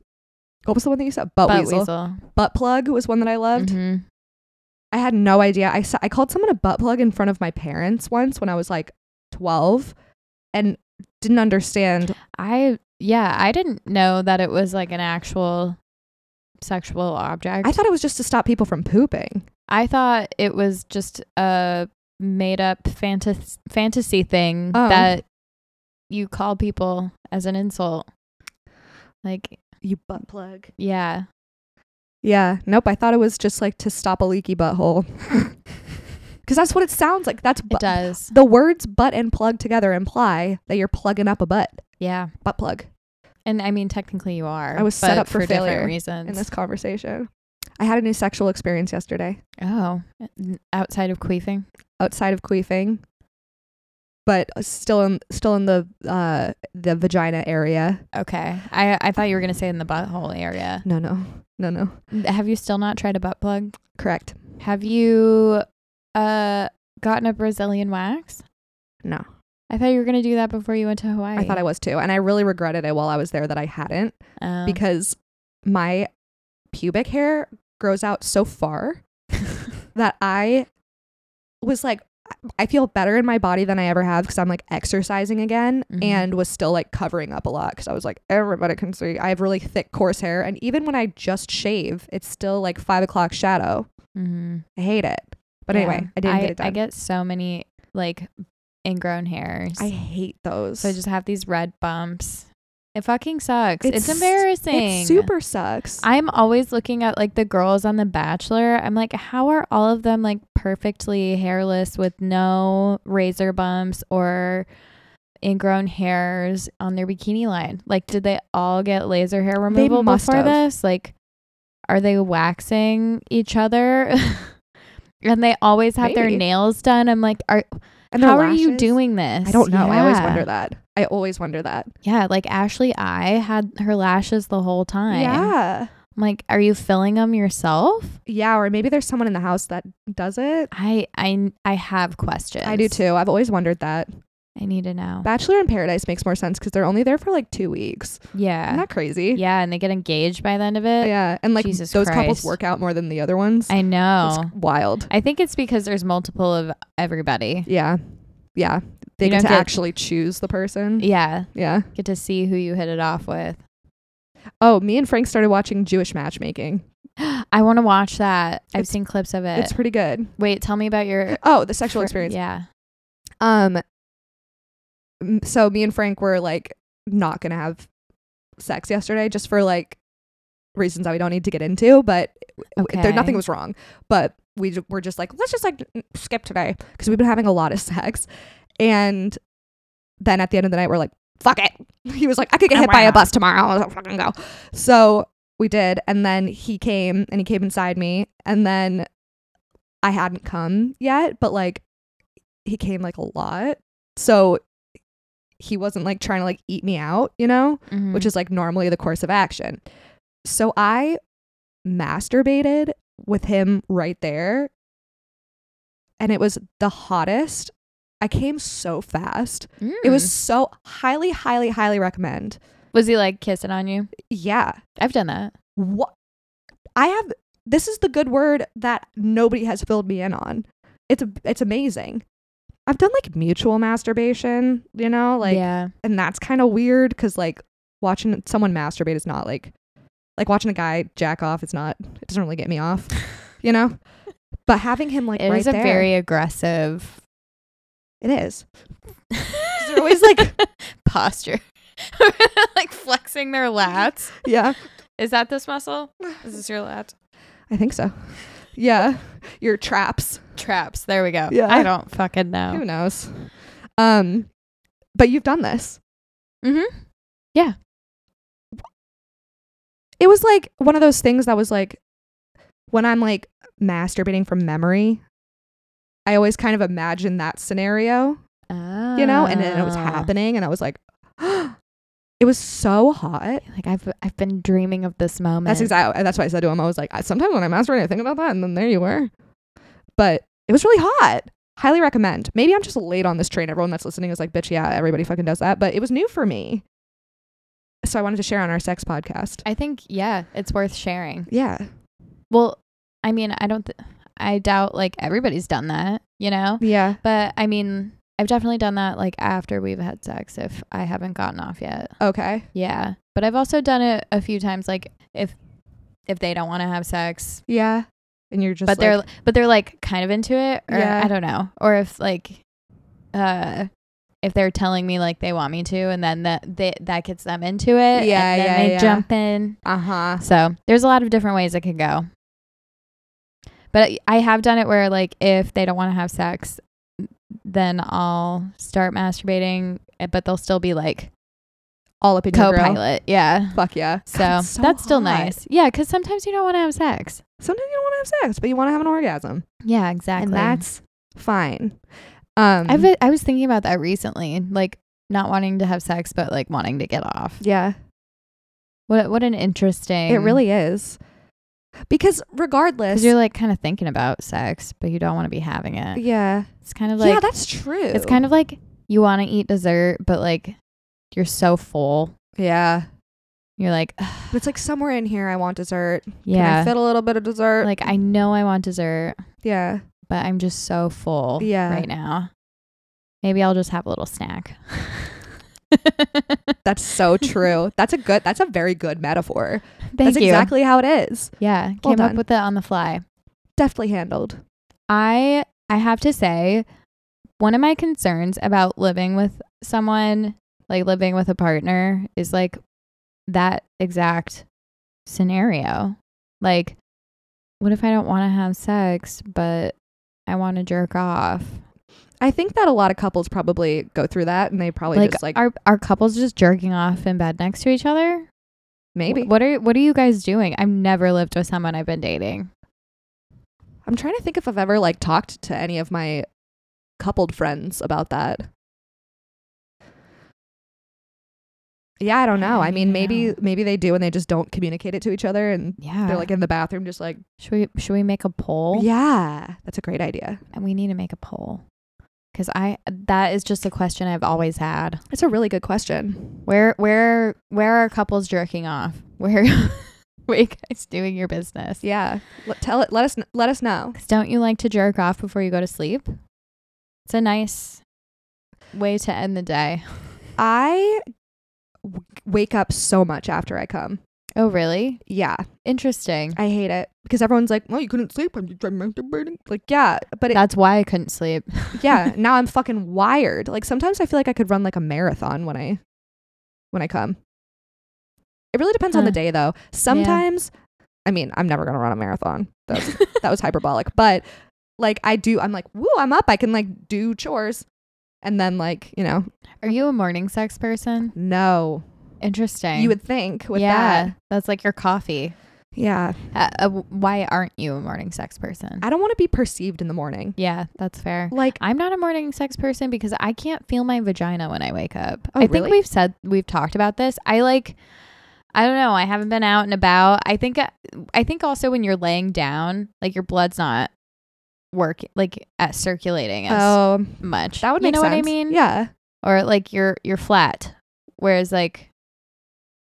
Speaker 2: what was the one that you said? Butt,
Speaker 3: butt
Speaker 2: weasel. Butt plug was one that I loved.
Speaker 3: Mhm.
Speaker 2: I had no idea. I sa- I called someone a butt plug in front of my parents once when I was like 12 and didn't understand.
Speaker 3: I yeah, I didn't know that it was like an actual sexual object.
Speaker 2: I thought it was just to stop people from pooping.
Speaker 3: I thought it was just a made up fantas- fantasy thing
Speaker 2: Oh.
Speaker 3: that you call people as an insult. Like,
Speaker 2: You butt plug.
Speaker 3: yeah.
Speaker 2: Yeah. Nope. I thought it was just like to stop a leaky butthole. Because that's what it sounds like. That's
Speaker 3: It
Speaker 2: butt.
Speaker 3: does.
Speaker 2: The words butt and plug together imply that you're plugging up a butt.
Speaker 3: Yeah.
Speaker 2: Butt plug
Speaker 3: And I mean, technically you are.
Speaker 2: I was set
Speaker 3: but
Speaker 2: up for failure
Speaker 3: different
Speaker 2: in
Speaker 3: reasons.
Speaker 2: this conversation. I had a new sexual experience yesterday.
Speaker 3: oh, n- outside of queefing.
Speaker 2: outside of queefing, but still in still in the uh the vagina area.
Speaker 3: Okay. I, I thought you were going to say in the butthole area.
Speaker 2: No, no, no, no.
Speaker 3: Have you still not tried a butt plug?
Speaker 2: Correct.
Speaker 3: Have you uh gotten a Brazilian wax?
Speaker 2: No.
Speaker 3: I thought you were going to do that before you went to Hawaii.
Speaker 2: I thought I was too, and I really regretted it while I was there that I hadn't
Speaker 3: Oh.
Speaker 2: because my pubic hair grows out so far that I was like. I feel better in my body than I ever have because I'm like exercising again
Speaker 3: Mhm.
Speaker 2: and was still like covering up a lot because I was like, everybody can see I have really thick, coarse hair. And even when I just shave, it's still like five o'clock shadow.
Speaker 3: Mhm.
Speaker 2: I hate it. But
Speaker 3: Yeah.
Speaker 2: anyway, I didn't get it done.
Speaker 3: I get so many like ingrown hairs.
Speaker 2: I hate those.
Speaker 3: so I just have these red bumps. It fucking sucks. It's,
Speaker 2: It's- it's
Speaker 3: embarrassing.
Speaker 2: it super sucks.
Speaker 3: I'm always looking at like the girls on The Bachelor. I'm like, how are all of them like perfectly hairless with no razor bumps or ingrown hairs on their bikini line? Like, did they all get laser hair removal
Speaker 2: must
Speaker 3: before
Speaker 2: have.
Speaker 3: this? Like, are they waxing each other? and they always have their
Speaker 2: Maybe.
Speaker 3: nails done. I'm like, are
Speaker 2: and their
Speaker 3: how are you
Speaker 2: lashes?
Speaker 3: doing this?
Speaker 2: I don't know. I always
Speaker 3: Yeah.
Speaker 2: wonder that. I always wonder that.
Speaker 3: Yeah, like Ashley, I had her lashes the whole time.
Speaker 2: Yeah.
Speaker 3: I'm like, are you filling them yourself?
Speaker 2: Yeah, or maybe there's someone in the house that does it.
Speaker 3: I I I have questions.
Speaker 2: I do too. I've always wondered that.
Speaker 3: I need to know.
Speaker 2: Bachelor in Paradise makes more sense because they're only there for like two weeks. Isn't
Speaker 3: yeah.
Speaker 2: that crazy?
Speaker 3: Yeah, and they get engaged by the end of it.
Speaker 2: Yeah. And like
Speaker 3: Jesus
Speaker 2: those couples
Speaker 3: Christ.
Speaker 2: work out more than the other ones.
Speaker 3: I know.
Speaker 2: It's wild.
Speaker 3: I think it's because there's multiple of everybody.
Speaker 2: Yeah. Yeah. They
Speaker 3: You
Speaker 2: get
Speaker 3: don't
Speaker 2: to
Speaker 3: get-
Speaker 2: actually choose the person.
Speaker 3: Yeah,
Speaker 2: Yeah.
Speaker 3: get to see who you hit it off with.
Speaker 2: Oh, me and Frank started watching Jewish matchmaking.
Speaker 3: I want to watch that. I've
Speaker 2: It's-
Speaker 3: seen clips of it.
Speaker 2: It's pretty good.
Speaker 3: Wait, tell me about your
Speaker 2: Oh, the sexual
Speaker 3: fir-
Speaker 2: experience.
Speaker 3: Yeah.
Speaker 2: Um m- so me and Frank were like not going to have sex yesterday just for like reasons that we don't need to get into, but
Speaker 3: Okay.
Speaker 2: there nothing was wrong but we j- were just like let's just like n- skip today because we've been having a lot of sex and then at the end of the night we're like fuck it he was like i could get
Speaker 5: Oh,
Speaker 2: hit
Speaker 5: why
Speaker 2: by a
Speaker 5: not?
Speaker 2: bus tomorrow let's fucking go so we did and then he came and he came inside me and then i hadn't come yet but like he came like a lot so he wasn't like trying to like eat me out you know
Speaker 3: Mhm.
Speaker 2: which is like normally the course of action. So I masturbated with him right there. And it was the hottest. I came so fast. It
Speaker 3: Mm.
Speaker 2: was so highly, highly, highly recommend.
Speaker 3: Was he like kissing on you?
Speaker 2: Yeah.
Speaker 3: I've done that.
Speaker 2: What I have this is the good word that nobody has filled me in on. It's a, it's amazing. I've done like mutual masturbation, you know, like
Speaker 3: yeah.
Speaker 2: and that's kind of weird because like watching someone masturbate is not like like watching a guy jack off is not it doesn't really get me off you know but having him like
Speaker 3: It
Speaker 2: right
Speaker 3: is a
Speaker 2: there
Speaker 3: very aggressive.
Speaker 2: it is
Speaker 3: They're
Speaker 2: they're always, like-
Speaker 3: posture, like flexing their lats.
Speaker 2: yeah
Speaker 3: Is that this muscle? Is this your lat?
Speaker 2: i think so yeah your traps
Speaker 3: Traps. There we go.
Speaker 2: Yeah.
Speaker 3: I don't fucking
Speaker 2: who
Speaker 3: know.
Speaker 2: knows um but you've done this
Speaker 3: Mm-hmm.
Speaker 2: it was like one of those things that was like when i'm like masturbating from memory i always kind of imagine that scenario
Speaker 3: Oh.
Speaker 2: you know, and then it was happening, and I was like, it was so hot.
Speaker 3: Like I've I've been dreaming of this moment.
Speaker 2: That's exactly that's why I said to him, I was like, I, sometimes when I masturbate, I think about that, and then there you were. But it was really hot. Highly recommend. Maybe I'm just late on this train. Everyone that's listening is like, bitch, yeah, everybody fucking does that. But it was new for me, so I wanted to share on our sex podcast.
Speaker 3: I think yeah, it's worth sharing.
Speaker 2: Yeah,
Speaker 3: Well, I mean, I don't. Th- I doubt like everybody's done that. You know.
Speaker 2: yeah,
Speaker 3: But I mean, I've definitely done that like after we've had sex if I haven't gotten off yet.
Speaker 2: okay,
Speaker 3: Yeah. But I've also done it a few times like if if they don't want to have sex,
Speaker 2: yeah. And you're just,
Speaker 3: but
Speaker 2: like,
Speaker 3: they're but they're like kind of into it or
Speaker 2: Yeah.
Speaker 3: I don't know. Or if like uh if they're telling me like they want me to and then that they, that gets them into it
Speaker 2: Yeah,
Speaker 3: and then
Speaker 2: yeah,
Speaker 3: they
Speaker 2: yeah.
Speaker 3: jump in.
Speaker 2: uh huh.
Speaker 3: So, there's a lot of different ways it could go. But I have done it where like if they don't want to have sex, then I'll start masturbating, eh, but they'll still be like
Speaker 2: All up in your grill.
Speaker 3: co-pilot. Yeah.
Speaker 2: Fuck yeah.
Speaker 3: So,
Speaker 2: God, it's so
Speaker 3: that's still
Speaker 2: hot.
Speaker 3: nice. Yeah, because sometimes you don't want to have sex.
Speaker 2: Sometimes you don't want to have sex, but you want to have an orgasm.
Speaker 3: Yeah, exactly.
Speaker 2: and that's fine. Um,
Speaker 3: I've been- I was thinking about that recently, like not wanting to have sex, but like wanting to get off.
Speaker 2: yeah,
Speaker 3: What what an interesting.
Speaker 2: it really is because regardless,
Speaker 3: because you're like kind of thinking about sex, but you don't want to be having it.
Speaker 2: yeah,
Speaker 3: It's kind of like
Speaker 2: yeah, that's true.
Speaker 3: it's kind of like you want to eat dessert, but like you're so full.
Speaker 2: yeah,
Speaker 3: You're like,
Speaker 2: but it's like somewhere in here I want dessert. Can I
Speaker 3: yeah,
Speaker 2: fit a little bit of dessert.
Speaker 3: like I know I want dessert,
Speaker 2: yeah,
Speaker 3: but I'm just so full.
Speaker 2: Yeah.
Speaker 3: right now. Maybe I'll just have a little snack.
Speaker 2: that's so true. that's a good. That's a very good metaphor.
Speaker 3: Thank
Speaker 2: that's
Speaker 3: you.
Speaker 2: exactly how it is.
Speaker 3: Yeah, came
Speaker 2: Well
Speaker 3: up
Speaker 2: done.
Speaker 3: with it on the fly.
Speaker 2: Deftly handled.
Speaker 3: I I have to say, One of my concerns about living with someone, like living with a partner, is like that exact scenario. Like, what if I don't want to have sex, but I want to jerk off?
Speaker 2: I think that a lot of couples probably go through that, and they probably
Speaker 3: like,
Speaker 2: Oh, just like
Speaker 3: are are couples just jerking off in bed next to each other?
Speaker 2: maybe.
Speaker 3: Wh- What are what are you guys doing? I've never lived with someone I've been dating.
Speaker 2: I'm trying to think if I've ever like talked to any of my coupled friends about that. Yeah, I don't know. I mean,
Speaker 3: Yeah.
Speaker 2: maybe maybe they do and they just don't communicate it to each other and
Speaker 3: Yeah.
Speaker 2: they're like in the bathroom just like,
Speaker 3: should we should we make a poll?
Speaker 2: yeah, that's a great idea.
Speaker 3: And we need to make a poll. Cuz I that is just a question I've always had.
Speaker 2: That's a really good question.
Speaker 3: Where where where are couples jerking off? Where where are you guys doing your business?
Speaker 2: Yeah. Let, tell it let us kn- let us know.
Speaker 3: 'Cause don't you like to jerk off before you go to sleep? It's a nice way to end the day.
Speaker 2: I w- wake up so much after I come.
Speaker 3: Oh, really?
Speaker 2: Yeah,
Speaker 3: Interesting.
Speaker 2: I hate it because everyone's like, "Well, you couldn't sleep. I'm just masturbating." Like, yeah, but it,
Speaker 3: That's why I couldn't sleep.
Speaker 2: yeah now i'm fucking wired like sometimes i feel like i could run like a marathon when i when i come it really depends on the
Speaker 3: Huh.
Speaker 2: day though sometimes i mean i'm never gonna run a marathon that was, that was hyperbolic but like i do i'm like woo i'm up i can like do chores and then like you know
Speaker 3: Are you a morning sex person?
Speaker 2: no
Speaker 3: Interesting.
Speaker 2: you would think with
Speaker 3: yeah,
Speaker 2: that
Speaker 3: that's like your coffee.
Speaker 2: yeah
Speaker 3: Uh, uh, w- why aren't you a morning sex person?
Speaker 2: i don't want to be perceived in the morning
Speaker 3: yeah, that's fair.
Speaker 2: like
Speaker 3: I'm not a morning sex person because I can't feel my vagina when I wake up.
Speaker 2: Oh,
Speaker 3: I think
Speaker 2: really?
Speaker 3: we've said we've talked about this. I like I don't know, I haven't been out and about. I think uh, I think also when you're laying down, like your blood's not work like at circulating as
Speaker 2: oh
Speaker 3: much.
Speaker 2: that would
Speaker 3: you
Speaker 2: make
Speaker 3: know
Speaker 2: sense
Speaker 3: what I mean?
Speaker 2: yeah
Speaker 3: Or like you're you're flat. Whereas like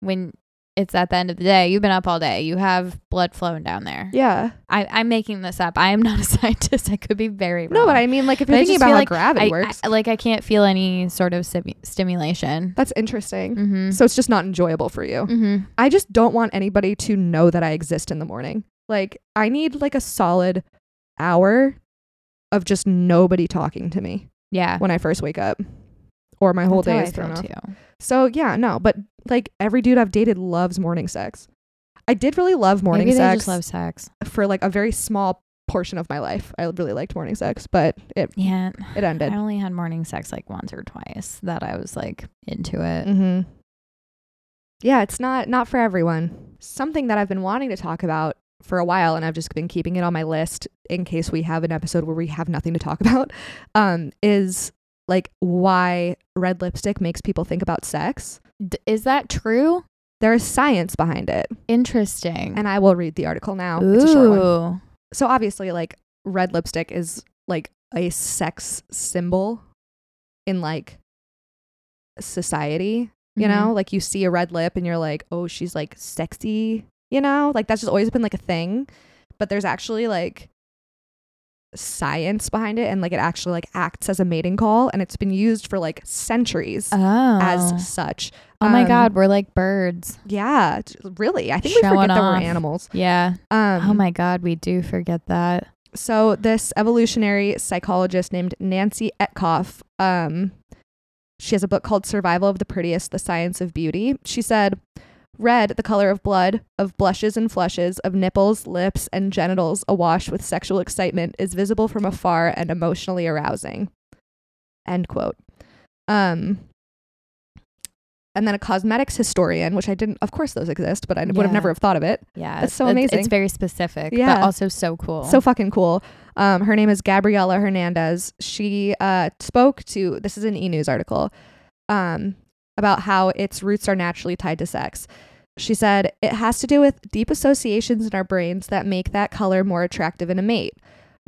Speaker 3: when it's at the end of the day, you've been up all day. You have blood flowing down there.
Speaker 2: yeah
Speaker 3: I, I'm making this up. I am not a scientist. I could be very wrong.
Speaker 2: no but i mean like if
Speaker 3: But
Speaker 2: you're
Speaker 3: I
Speaker 2: thinking
Speaker 3: just
Speaker 2: about
Speaker 3: feel
Speaker 2: how
Speaker 3: like
Speaker 2: gravity
Speaker 3: I-
Speaker 2: works
Speaker 3: I- like I can't feel any sort of simu- stimulation.
Speaker 2: that's interesting
Speaker 3: Mm-hmm.
Speaker 2: So it's just not enjoyable for you.
Speaker 3: Mm-hmm.
Speaker 2: I just don't want anybody to know that I exist in the morning. Like I need like a solid hour of just nobody talking to me
Speaker 3: Yeah.
Speaker 2: when I first wake up. Or my whole
Speaker 3: That's
Speaker 2: day
Speaker 3: how I
Speaker 2: is thrown
Speaker 3: feel
Speaker 2: off.
Speaker 3: too.
Speaker 2: So yeah, no, but like every dude I've dated loves morning sex. I did really love morning
Speaker 3: Maybe they
Speaker 2: sex
Speaker 3: just love sex.
Speaker 2: for like a very small portion of my life. I really liked morning sex, but it
Speaker 3: Yeah.
Speaker 2: it ended.
Speaker 3: I only had morning sex like once or twice that I was like into it.
Speaker 2: Mm-hmm. Yeah, it's not not for everyone. Something that I've been wanting to talk about for a while, and I've just been keeping it on my list in case we have an episode where we have nothing to talk about, um, is like why red lipstick makes people think about sex.
Speaker 3: D- is that true?
Speaker 2: There is science behind it,
Speaker 3: Interesting.
Speaker 2: and I will read the article now. It's a short one.
Speaker 3: Mm. Ooh.
Speaker 2: So obviously, like red lipstick is like a sex symbol in like society you
Speaker 3: Mm-hmm.
Speaker 2: know like you see a red lip and you're like oh she's like sexy you know like that's just always been like a thing but there's actually like science behind it and like it actually like acts as a mating call and it's been used for like centuries
Speaker 3: Oh.
Speaker 2: as such
Speaker 3: oh my
Speaker 2: Um,
Speaker 3: God, we're like birds.
Speaker 2: yeah t- really i think we
Speaker 3: Showing
Speaker 2: forget that we're
Speaker 3: off.
Speaker 2: animals
Speaker 3: Yeah.
Speaker 2: um
Speaker 3: oh my God, we do forget that.
Speaker 2: so this evolutionary psychologist named Nancy Etkoff, um, she has a book called Survival of the Prettiest: The Science of Beauty. She said, "Red, the color of blood, of blushes and flushes, of nipples, lips, and genitals awash with sexual excitement, is visible from afar and emotionally arousing." End quote. Um, and then a cosmetics historian, which I didn't, of course, those exist, but I would have
Speaker 3: Yeah.
Speaker 2: never have thought of it.
Speaker 3: Yeah.
Speaker 2: That's so
Speaker 3: it's- It's
Speaker 2: amazing.
Speaker 3: very specific,
Speaker 2: Yeah.
Speaker 3: but also so cool.
Speaker 2: So fucking cool. Um, her name is Gabriela Hernandez. She uh, spoke to this is an e news article um, about how its roots are naturally tied to sex. She said it has to do with deep associations in our brains that make that color more attractive in a mate.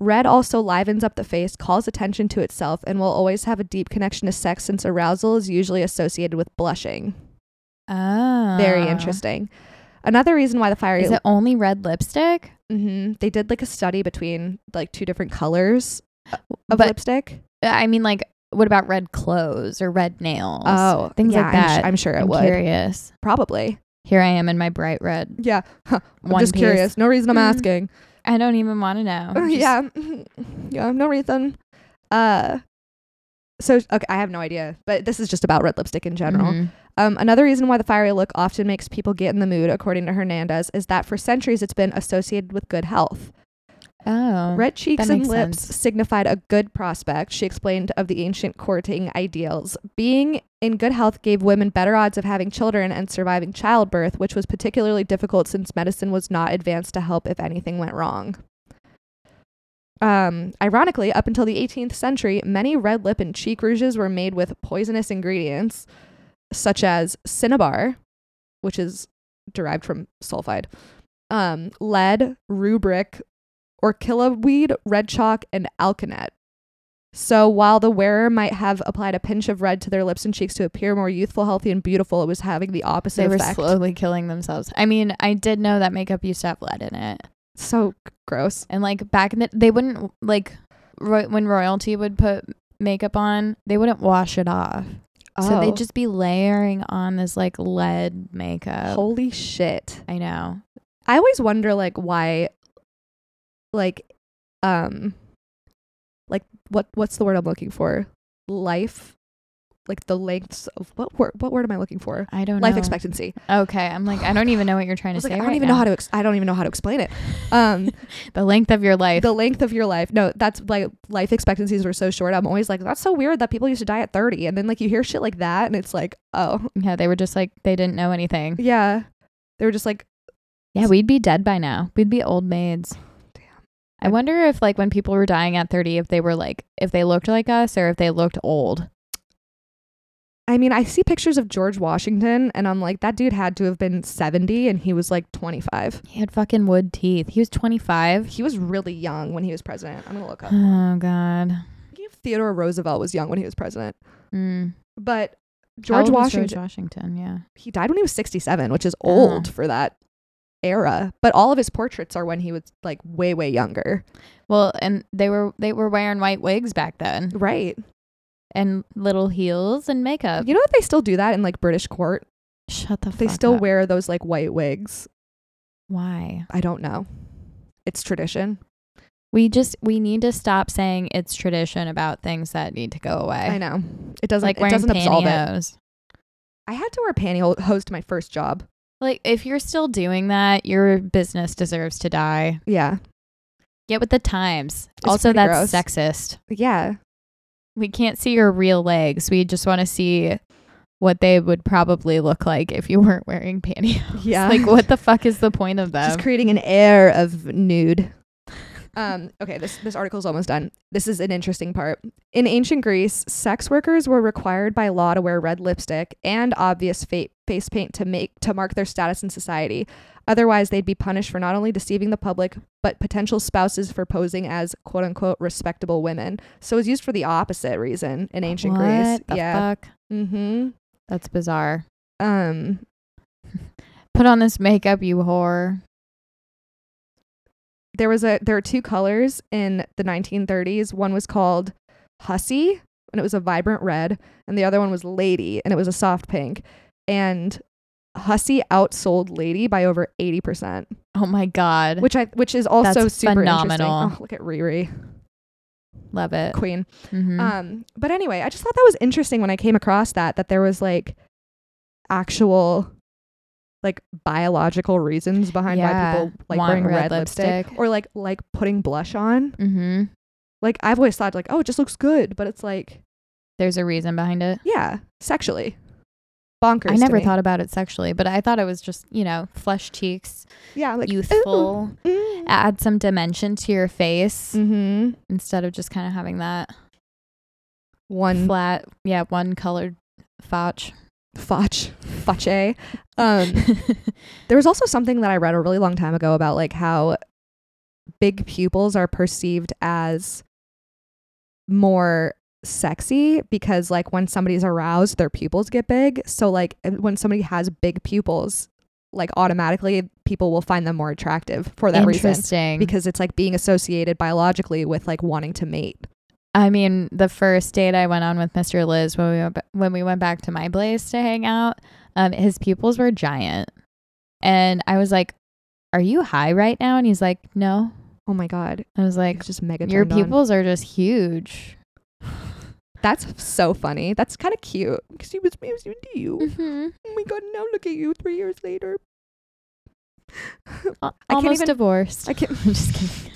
Speaker 2: Red also livens up the face, calls attention to itself, and will always have a deep connection to sex since arousal is usually associated with blushing.
Speaker 3: oh.
Speaker 2: Very interesting. Another reason why the fiery
Speaker 3: Is it only red lipstick?
Speaker 2: hmm They did like a study between like two different colors of
Speaker 3: But-
Speaker 2: lipstick.
Speaker 3: I mean, like, what about red clothes or red nails? things
Speaker 2: yeah, I'm sh-
Speaker 3: like that.
Speaker 2: I'm, sure it
Speaker 3: I'm
Speaker 2: Oh, would.
Speaker 3: curious.
Speaker 2: Probably.
Speaker 3: Here I am in my bright red
Speaker 2: Yeah. I'm
Speaker 3: one
Speaker 2: just
Speaker 3: piece.
Speaker 2: curious. No reason I'm
Speaker 3: Mm.
Speaker 2: asking.
Speaker 3: I don't even want to know.
Speaker 2: Uh,
Speaker 3: Just-
Speaker 2: yeah. yeah. No reason. Uh, so okay, I have no idea, but this is just about red lipstick in general.
Speaker 3: mm-hmm.
Speaker 2: Um, another reason why the fiery look often makes people get in the mood, according to Hernandez, is that for centuries it's been associated with good health.
Speaker 3: Oh.
Speaker 2: Red cheeks
Speaker 3: that
Speaker 2: and
Speaker 3: makes
Speaker 2: lips
Speaker 3: sense.
Speaker 2: signified a good prospect, she explained, of the ancient courting ideals. Being in good health gave women better odds of having children and surviving childbirth, which was particularly difficult since medicine was not advanced to help if anything went wrong. Um, ironically, up until the 18th century, many red lip and cheek rouges were made with poisonous ingredients, such as cinnabar, which is derived from sulfide, um, lead, rubric, orchilla weed, red chalk, and alkanet. So while the wearer might have applied a pinch of red to their lips and cheeks to appear more youthful, healthy, and beautiful, it was having the opposite
Speaker 3: They were
Speaker 2: effect.
Speaker 3: slowly killing themselves. I mean, I did know that makeup used to have lead in it.
Speaker 2: So g- gross.
Speaker 3: And like back in the, they wouldn't like ro- when royalty would put makeup on, they wouldn't wash it off. So
Speaker 2: Oh.
Speaker 3: they'd just be layering on this like lead makeup.
Speaker 2: holy shit.
Speaker 3: I know.
Speaker 2: I always wonder like why like um like what what's the word I'm looking for? Life like the lengths of what word what word am I looking for?
Speaker 3: I don't
Speaker 2: Life
Speaker 3: know.
Speaker 2: expectancy.
Speaker 3: Okay. I'm like, I don't even know what you're trying
Speaker 2: I,
Speaker 3: to
Speaker 2: was
Speaker 3: say.
Speaker 2: like, I don't
Speaker 3: right
Speaker 2: even know
Speaker 3: now.
Speaker 2: how to ex- I don't even know how to explain it. Um
Speaker 3: the length of your life.
Speaker 2: the length of your life. No, that's like life expectancies were so short. I'm always like that's so weird that people used to die at 30 and then like you hear shit like that and it's like, oh,
Speaker 3: yeah, they were just like they didn't know anything.
Speaker 2: yeah. They were just like
Speaker 3: Yeah, we'd be dead by now. We'd be old maids.
Speaker 2: Damn.
Speaker 3: I wonder if like when people were dying at 30 if they were like if they looked like us or if they looked old.
Speaker 2: I mean, I see pictures of George Washington, and I'm like, that dude had to have been 70, and he was like 25.
Speaker 3: He had fucking wood teeth. He was 25.
Speaker 2: He was really young when he was president. I'm gonna look up. I
Speaker 3: Oh god.
Speaker 2: think Theodore Roosevelt was young when he was president,
Speaker 3: Mm.
Speaker 2: but
Speaker 3: How
Speaker 2: George
Speaker 3: old was
Speaker 2: Washington,
Speaker 3: George Washington, yeah.
Speaker 2: he died when he was 67, which is old
Speaker 3: Uh-huh.
Speaker 2: for that era. But all of his portraits are when he was like way, way younger.
Speaker 3: Well, and they were they were wearing white wigs back then
Speaker 2: Right.
Speaker 3: and little heels and makeup.
Speaker 2: You know that they still do that in like British court?
Speaker 3: Shut the fuck
Speaker 2: They still
Speaker 3: up.
Speaker 2: wear those like white wigs.
Speaker 3: Why?
Speaker 2: I don't know. It's tradition.
Speaker 3: We just we need to stop saying it's tradition about things that need to go away.
Speaker 2: I know. It doesn't
Speaker 3: Like
Speaker 2: it
Speaker 3: wearing
Speaker 2: doesn't absolve it.
Speaker 3: pantyhose.
Speaker 2: I had to wear pantyhose to my first job.
Speaker 3: Like if you're still doing that, your business deserves to die.
Speaker 2: Yeah.
Speaker 3: Get with the times.
Speaker 2: It's
Speaker 3: also,
Speaker 2: pretty
Speaker 3: that's
Speaker 2: gross.
Speaker 3: sexist.
Speaker 2: Yeah.
Speaker 3: We can't see your real legs. We just want to see what they would probably look like if you weren't wearing pantyhose.
Speaker 2: Yeah.
Speaker 3: like what the fuck is the point of
Speaker 2: Just
Speaker 3: them?
Speaker 2: creating an air of nude. Um, okay, this this article's almost done. This is an interesting part. In ancient Greece, sex workers were required by law to wear red lipstick and obvious fa- face paint to make to mark their status in society. Otherwise, they'd be punished for not only deceiving the public but potential spouses for posing as "quote unquote" respectable women. So it's used for the opposite reason in ancient
Speaker 3: what
Speaker 2: Greece.
Speaker 3: the
Speaker 2: yeah.
Speaker 3: fuck?
Speaker 2: Mm-hmm.
Speaker 3: That's bizarre.
Speaker 2: Um.
Speaker 3: Put on this makeup, you whore.
Speaker 2: there was a there were two colors in the 1930s. One was called hussy and it was a vibrant red, and the other one was lady and it was a soft pink. And hussy outsold lady by over 80%,
Speaker 3: Oh my god,
Speaker 2: which I which is also
Speaker 3: That's
Speaker 2: super interesting.
Speaker 3: phenomenal.
Speaker 2: Oh, look at Riri,
Speaker 3: love it.
Speaker 2: queen.
Speaker 3: Mhm.
Speaker 2: Um, but anyway, I just thought that was interesting when I came across that that there was like actual like biological reasons behind
Speaker 3: Yeah.
Speaker 2: why people like
Speaker 3: Want
Speaker 2: wearing
Speaker 3: red
Speaker 2: red, lipstick.
Speaker 3: lipstick.
Speaker 2: or like like putting blush on.
Speaker 3: Mhm.
Speaker 2: Like I've always thought like oh it just looks good, but it's like
Speaker 3: There's a reason behind it.
Speaker 2: yeah, sexually bonkers.
Speaker 3: I
Speaker 2: to
Speaker 3: never
Speaker 2: me.
Speaker 3: thought about it sexually, but I thought it was just you know flush cheeks,
Speaker 2: yeah like
Speaker 3: youthful.
Speaker 2: Mm-hmm.
Speaker 3: Add some dimension to your face
Speaker 2: Mm.
Speaker 3: instead of just kind of having that
Speaker 2: One
Speaker 3: flat, yeah, one colored fotch.
Speaker 2: fotch fotche. Um, There was also something that I read a really long time ago about like how big pupils are perceived as more sexy because like when somebody's aroused their pupils get big. So like eh, when somebody has big pupils, like automatically people will find them more attractive for that reason
Speaker 3: Interesting.
Speaker 2: because it's like being associated biologically with like wanting to mate.
Speaker 3: I mean, the first date I went on with Mr. Liz when we went, ba- when we went back to my place to hang out, um, his pupils were giant, and I was like, "Are you high right now?" And he's like, "No."
Speaker 2: Oh my god,
Speaker 3: I was like,
Speaker 2: it's just mega
Speaker 3: "Your
Speaker 2: turned on.
Speaker 3: pupils are just huge."
Speaker 2: That's so funny. That's kind of cute because he was married to you. Oh my god! Now look at you three years later.
Speaker 3: Al-
Speaker 2: I can't
Speaker 3: Almost
Speaker 2: even-
Speaker 3: divorced.
Speaker 2: I can't.
Speaker 3: I'm just kidding.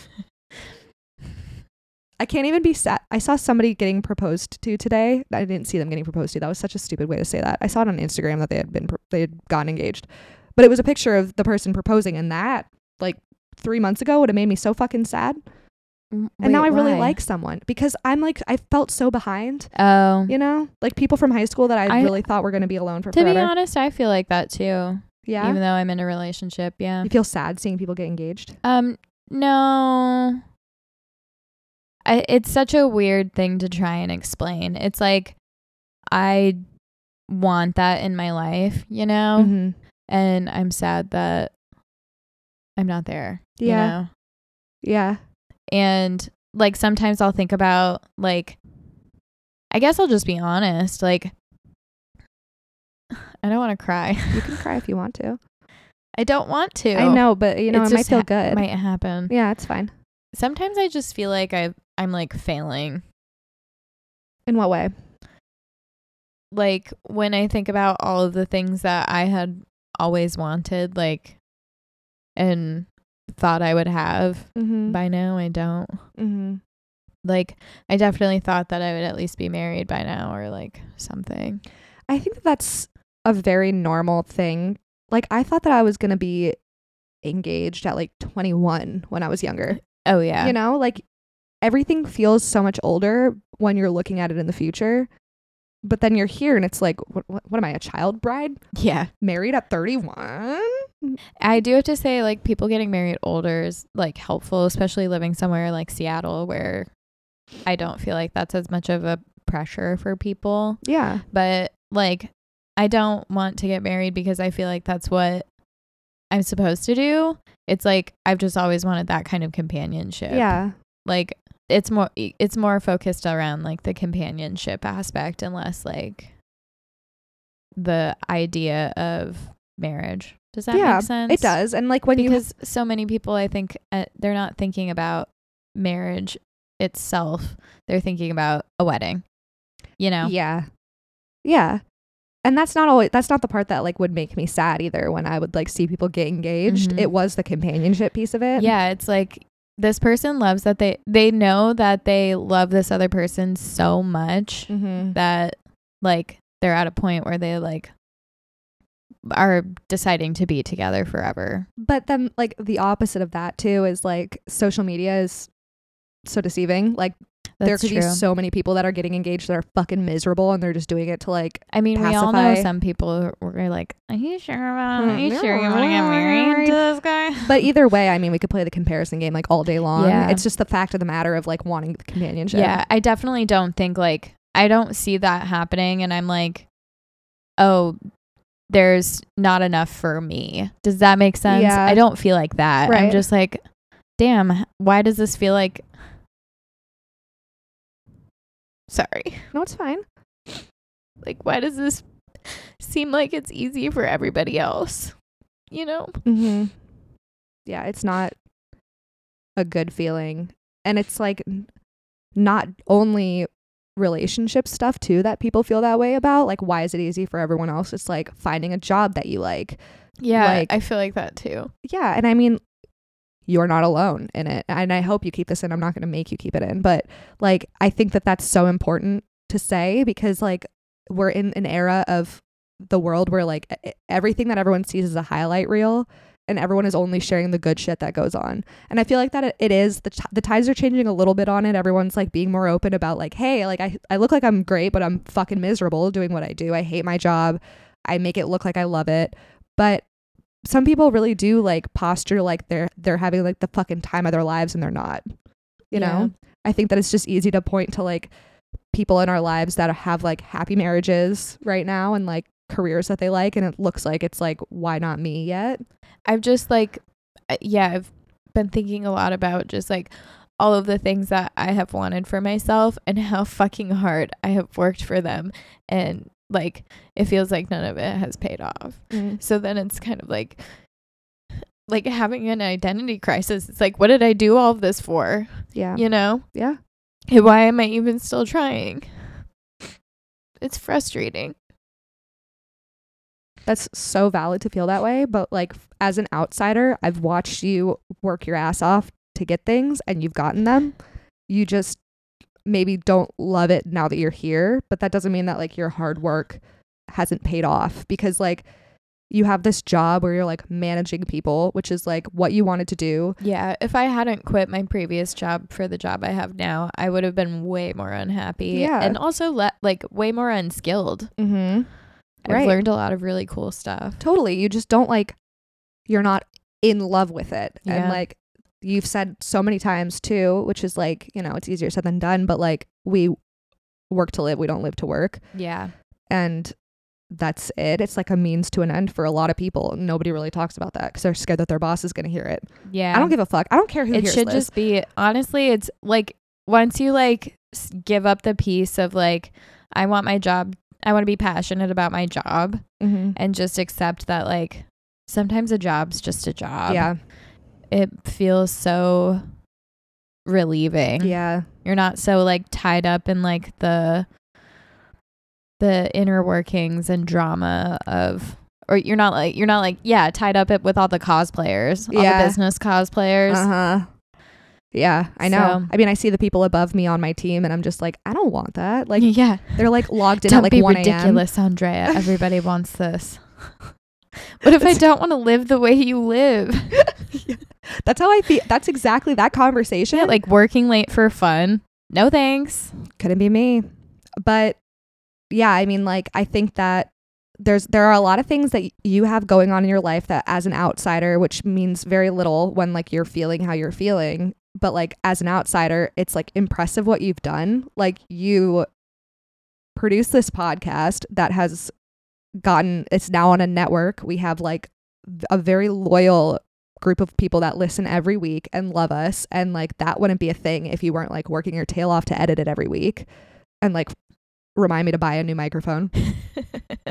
Speaker 2: I can't even be sad. I saw somebody getting proposed to today. I didn't see them getting proposed to. That was such a stupid way to say that. I saw it on Instagram that they had been pro- they had gotten engaged, but it was a picture of the person proposing, and that like three months ago would have made me so fucking sad.
Speaker 3: And
Speaker 2: And now I really like someone because I'm like I felt so behind.
Speaker 3: Oh,
Speaker 2: You know, like people from high school that I,
Speaker 3: I-
Speaker 2: really thought were going to be alone for
Speaker 3: to be
Speaker 2: forever.
Speaker 3: honest, I feel like that too.
Speaker 2: yeah,
Speaker 3: Even though I'm in a relationship, yeah.
Speaker 2: you feel sad seeing people get engaged.
Speaker 3: Um, no. I, it's such a weird thing to try and explain. It's like I want that in my life, you know,
Speaker 2: Mm-hmm.
Speaker 3: and I'm sad that I'm not there.
Speaker 2: Yeah.
Speaker 3: You know?
Speaker 2: Yeah.
Speaker 3: and like sometimes I'll think about like I guess I'll just be honest like I don't want to cry.
Speaker 2: You can cry if you want to.
Speaker 3: I don't want to.
Speaker 2: I know, but you know,
Speaker 3: It's
Speaker 2: it might
Speaker 3: just
Speaker 2: feel
Speaker 3: ha-
Speaker 2: good.
Speaker 3: It might happen.
Speaker 2: yeah, it's fine.
Speaker 3: Sometimes I just feel like I I'm like failing.
Speaker 2: In what way?
Speaker 3: Like when I think about all of the things that I had always wanted like and thought I would have
Speaker 2: Mm-hmm.
Speaker 3: by now I don't.
Speaker 2: Mm-hmm.
Speaker 3: Like I definitely thought that I would at least be married by now or like something.
Speaker 2: I think that that's a very normal thing. Like I thought that I was gonna be engaged at like 21 when I was younger.
Speaker 3: Oh yeah.
Speaker 2: You know, like everything feels so much older when you're looking at it in the future. But then you're here and it's like, what, what, what am I, a child bride?
Speaker 3: Yeah.
Speaker 2: Married at 31?
Speaker 3: I do have to say, like, people getting married older is like helpful, especially living somewhere like Seattle where I don't feel like that's as much of a pressure for people.
Speaker 2: Yeah.
Speaker 3: But like, I don't want to get married because I feel like that's what I'm supposed to do. It's like I've just always wanted that kind of companionship.
Speaker 2: Yeah.
Speaker 3: Like, it's more it's more focused around like the companionship aspect and less like the idea of marriage. Does that
Speaker 2: Yeah,
Speaker 3: make sense?
Speaker 2: It does. And like when you
Speaker 3: because so many people i think uh, they're not thinking about marriage itself they're thinking about a wedding you know
Speaker 2: Yeah. Yeah. And that's not always that's not the part that like would make me sad either when I would like see people get engaged.
Speaker 3: Mhm.
Speaker 2: It was the companionship piece of it.
Speaker 3: yeah it's like this person loves that they they know that they love this other person so much
Speaker 2: Mm-hmm.
Speaker 3: that like they're at a point where they like are deciding to be together forever
Speaker 2: But then like the opposite of that too is like social media is so deceiving. Like there
Speaker 3: that's
Speaker 2: could
Speaker 3: true
Speaker 2: be so many people that are getting engaged that are fucking miserable and they're just doing it to like
Speaker 3: I mean, we all know
Speaker 2: pacify-
Speaker 3: some people who are like, "Are you sure about?
Speaker 2: Hmm,
Speaker 3: Are you
Speaker 2: no,
Speaker 3: sure you want to get married to this guy?"
Speaker 2: but either way, I mean we could play the comparison game like all day long.
Speaker 3: Yeah.
Speaker 2: It's just the fact of the matter of like wanting the companionship.
Speaker 3: Yeah, I definitely don't think like I don't see that happening and I'm like oh there's not enough for me. Does that make sense?
Speaker 2: Yeah.
Speaker 3: I don't feel like that. I'm
Speaker 2: Right.
Speaker 3: just like damn, h- why does this feel like Sorry.
Speaker 2: No, it's fine.
Speaker 3: Like why does this seem like it's easy for everybody else? You know?
Speaker 2: Mm-hmm. Yeah, it's not a good feeling. And it's like n- not only relationship stuff too that people feel that way about. Like, why is it easy for everyone else? It's like finding a job that you like.
Speaker 3: Yeah,
Speaker 2: Like-
Speaker 3: I feel like that too.
Speaker 2: Yeah. And I mean, you're not alone in it. And I hope you keep this in. I'm not going to make you keep it in. But like, I think that that's so important to say because like we're in an era of the world where like e- everything that everyone sees is a highlight reel and everyone is only sharing the good shit that goes on. And I feel like that it- it is the, t- the tides are changing a little bit on it. Everyone's like being more open about like, hey, like I, I look like I'm great, but I'm fucking miserable doing what I do. I hate my job. I make it look like I love it. But some people really do like posture like they're they're having like the fucking time of their lives and they're not. You
Speaker 3: Yeah.
Speaker 2: know? I think that it's just easy to point to like people in our lives that have like happy marriages right now and like careers that they like and it looks like it's like why not me yet?
Speaker 3: I've just like, uh, yeah, I've been thinking a lot about just like all of the things that I have wanted for myself and how fucking hard I have worked for them. And like, it feels like none of it has paid off. So then it's kind of like, like having an identity crisis. It's like, what did I do all of this for?
Speaker 2: Yeah.
Speaker 3: You know?
Speaker 2: Yeah.
Speaker 3: And why am I even still trying? It's frustrating.
Speaker 2: That's so valid to feel that way. But like f- as an outsider, I've watched you work your ass off to get things and you've gotten them. You just maybe don't love it now that you're here, but that doesn't mean that like your hard work hasn't paid off because like you have this job where you're like managing people, which is like what you wanted to do.
Speaker 3: Yeah, if I hadn't quit my previous job for the job I have now, I would have been way more unhappy.
Speaker 2: Yeah.
Speaker 3: And also, le- like, way more unskilled.
Speaker 2: Mm-hmm. Right.
Speaker 3: I've learned a lot of really cool stuff.
Speaker 2: Totally. You just don't like, you're not in love with it. And
Speaker 3: Yeah.
Speaker 2: like you've said so many times too, which is like, you know, it's easier said than done, but like we work to live, we don't live to work.
Speaker 3: Yeah.
Speaker 2: And that's it. It's like a means to an end for a lot of people. Nobody really talks about that because they're scared that their boss is going to hear it.
Speaker 3: Yeah.
Speaker 2: I don't give a fuck. I don't care who
Speaker 3: it
Speaker 2: hears
Speaker 3: should
Speaker 2: this.
Speaker 3: just be honestly it's like once you like s- give up the piece of like i want my job i want to be passionate about my job
Speaker 2: Mhm.
Speaker 3: and just accept that like sometimes a job's just a job
Speaker 2: yeah,
Speaker 3: it feels so relieving
Speaker 2: yeah,
Speaker 3: you're not so like tied up in like the the inner workings and drama of or you're not like you're not like yeah tied up it with all the cosplayers all
Speaker 2: Yeah.
Speaker 3: the business cosplayers
Speaker 2: uh huh, yeah. I know.
Speaker 3: So-
Speaker 2: I mean, I see the people above me on my team, and I'm just like, I don't want that. Like
Speaker 3: yeah
Speaker 2: they're like logged in
Speaker 3: don't
Speaker 2: at like
Speaker 3: be
Speaker 2: one a.m.
Speaker 3: ridiculous, Andrea. Everybody wants this. What if I don't want to live the way you live?
Speaker 2: That's how I feel. That's exactly that conversation.
Speaker 3: Yeah, like working late for fun. No thanks.
Speaker 2: couldn't be me. But yeah, I mean, like I think that there's there are a lot of things that y- you have going on in your life that as an outsider, which means very little when like you're feeling how you're feeling, but like as an outsider, it's like impressive what you've done. Like you produce this podcast that has gotten it's now on a network. We have like v- a very loyal group of people that listen every week and love us and like that wouldn't be a thing if you weren't like working your tail off to edit it every week and like remind me to buy a new microphone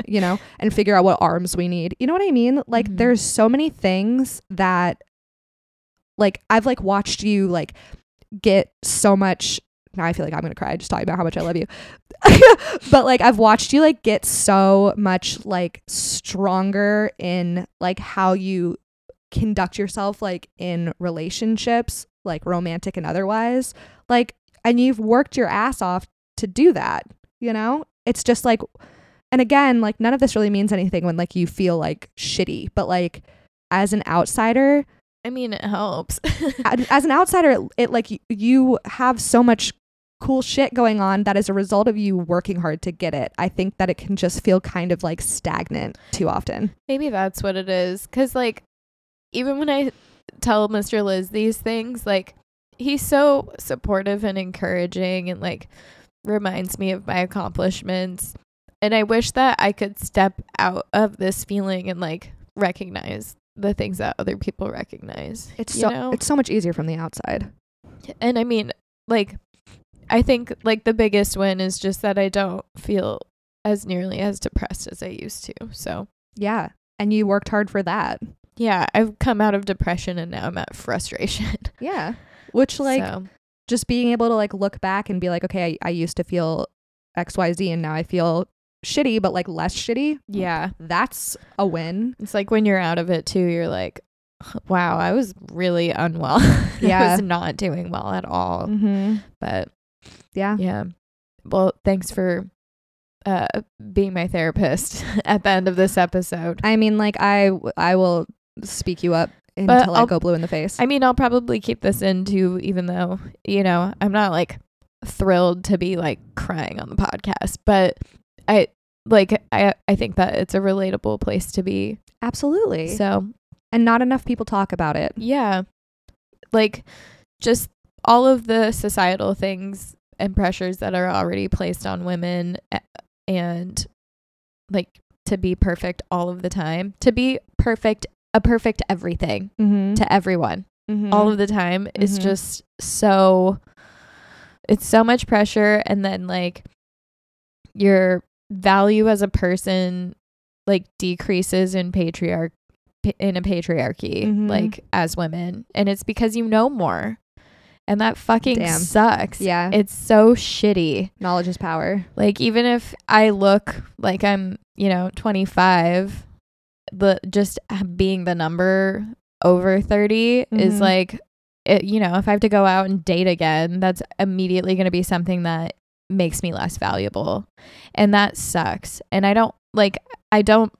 Speaker 2: you know and figure out what arms we need you know what i mean like
Speaker 3: Mhm.
Speaker 2: there's so many things that like i've like watched you like get so much now i feel like i'm gonna cry just talking about how much i love you but like i've watched you like get so much like stronger in like how you conduct yourself like in relationships like romantic and otherwise like and you've worked your ass off to do that you know it's just like and again like none of this really means anything when like you feel like shitty but like as an outsider
Speaker 3: I mean, it helps.
Speaker 2: a- as an outsider, it, it like y- you have so much cool shit going on that is a result of you working hard to get it. I think that it can just feel kind of like stagnant too often.
Speaker 3: Maybe that's what it is. Cause like, even when I tell Mr. Liz these things, like, he's so supportive and encouraging and like reminds me of my accomplishments. And I wish that I could step out of this feeling and like recognize the things that other people recognize.
Speaker 2: It's
Speaker 3: you
Speaker 2: so
Speaker 3: know?
Speaker 2: it's so much easier from the outside.
Speaker 3: and I mean, like, I think like the biggest win is just that I don't feel as nearly as depressed as I used to. So
Speaker 2: Yeah, and you worked hard for that.
Speaker 3: yeah, I've come out of depression and now I'm at frustration.
Speaker 2: Yeah, which like oh.
Speaker 3: So,
Speaker 2: just being able to like look back and be like, okay, I, I used to feel X Y Z, and now I feel shitty, but like less shitty.
Speaker 3: yeah,
Speaker 2: That's a win.
Speaker 3: it's like when you're out of it too, you're like, wow, I was really unwell. I
Speaker 2: Yeah.
Speaker 3: was not doing well at all.
Speaker 2: Mm-hmm.
Speaker 3: But
Speaker 2: Yeah.
Speaker 3: yeah, well, thanks for uh being my therapist at the end of this episode.
Speaker 2: I mean, like I, w- I will speak you up
Speaker 3: But
Speaker 2: until I
Speaker 3: I'll-
Speaker 2: go blue in the face.
Speaker 3: I mean, I'll probably keep this in too, even though, you know, I'm not like thrilled to be like crying on the podcast, but I like I I think that it's a relatable place to be.
Speaker 2: Absolutely.
Speaker 3: So,
Speaker 2: and not enough people talk about it.
Speaker 3: yeah. Like just all of the societal things and pressures that are already placed on women a- and like to be perfect all of the time, to be perfect, a perfect everything
Speaker 2: Mm-hmm.
Speaker 3: to everyone all of the time is
Speaker 2: Mhm.
Speaker 3: just so it's so much pressure and then like your value as a person like decreases in patriarch in a patriarchy
Speaker 2: Mhm.
Speaker 3: like as women and it's because you know more And that fucking
Speaker 2: Damn.
Speaker 3: sucks.
Speaker 2: Yeah.
Speaker 3: It's so shitty.
Speaker 2: Knowledge is power.
Speaker 3: Like even if I look like I'm, you know, 25, the just being the number over 30
Speaker 2: Mhm.
Speaker 3: is like it, you know, if I have to go out and date again, that's immediately going to be something that makes me less valuable. And that sucks. And I don't like I don't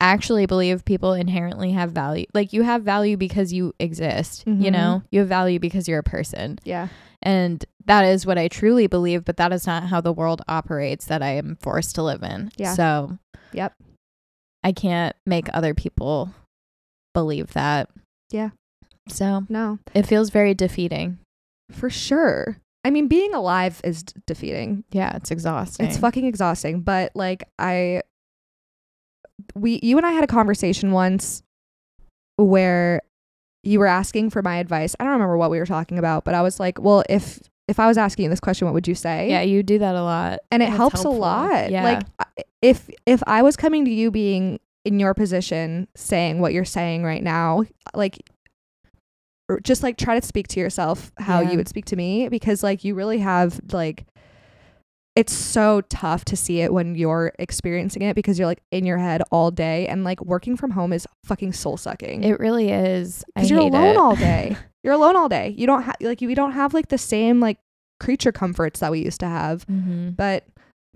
Speaker 3: actually believe people inherently have value. Like you have value because you exist, you
Speaker 2: Mhm.
Speaker 3: know? You have value because you're a person.
Speaker 2: Yeah.
Speaker 3: And that is what I truly believe, but that is not how the world operates that I am forced to live in.
Speaker 2: Yeah.
Speaker 3: So,
Speaker 2: Yep.
Speaker 3: I can't make other people believe that.
Speaker 2: Yeah.
Speaker 3: So,
Speaker 2: No.
Speaker 3: it feels very defeating.
Speaker 2: For sure. I mean, being alive is d- defeating.
Speaker 3: Yeah, it's exhausting.
Speaker 2: It's fucking exhausting, but like I we you and I had a conversation once where you were asking for my advice. I don't remember what we were talking about, but I was like, "Well, if if I was asking you this question, what would you say?"
Speaker 3: Yeah, you do that a lot.
Speaker 2: and it
Speaker 3: That's
Speaker 2: helps a
Speaker 3: helpful.
Speaker 2: lot.
Speaker 3: Yeah.
Speaker 2: Like I- if if I was coming to you being in your position saying what you're saying right now, like or just like try to speak to yourself how
Speaker 3: Yeah.
Speaker 2: you would speak to me because like you really have like it's so tough to see it when you're experiencing it because you're like in your head all day and like working from home is fucking soul sucking
Speaker 3: it really is. I
Speaker 2: because you're
Speaker 3: hate
Speaker 2: alone
Speaker 3: it.
Speaker 2: all day you're alone all day you don't have like you, we don't have like the same like creature comforts that we used to have
Speaker 3: Mhm.
Speaker 2: but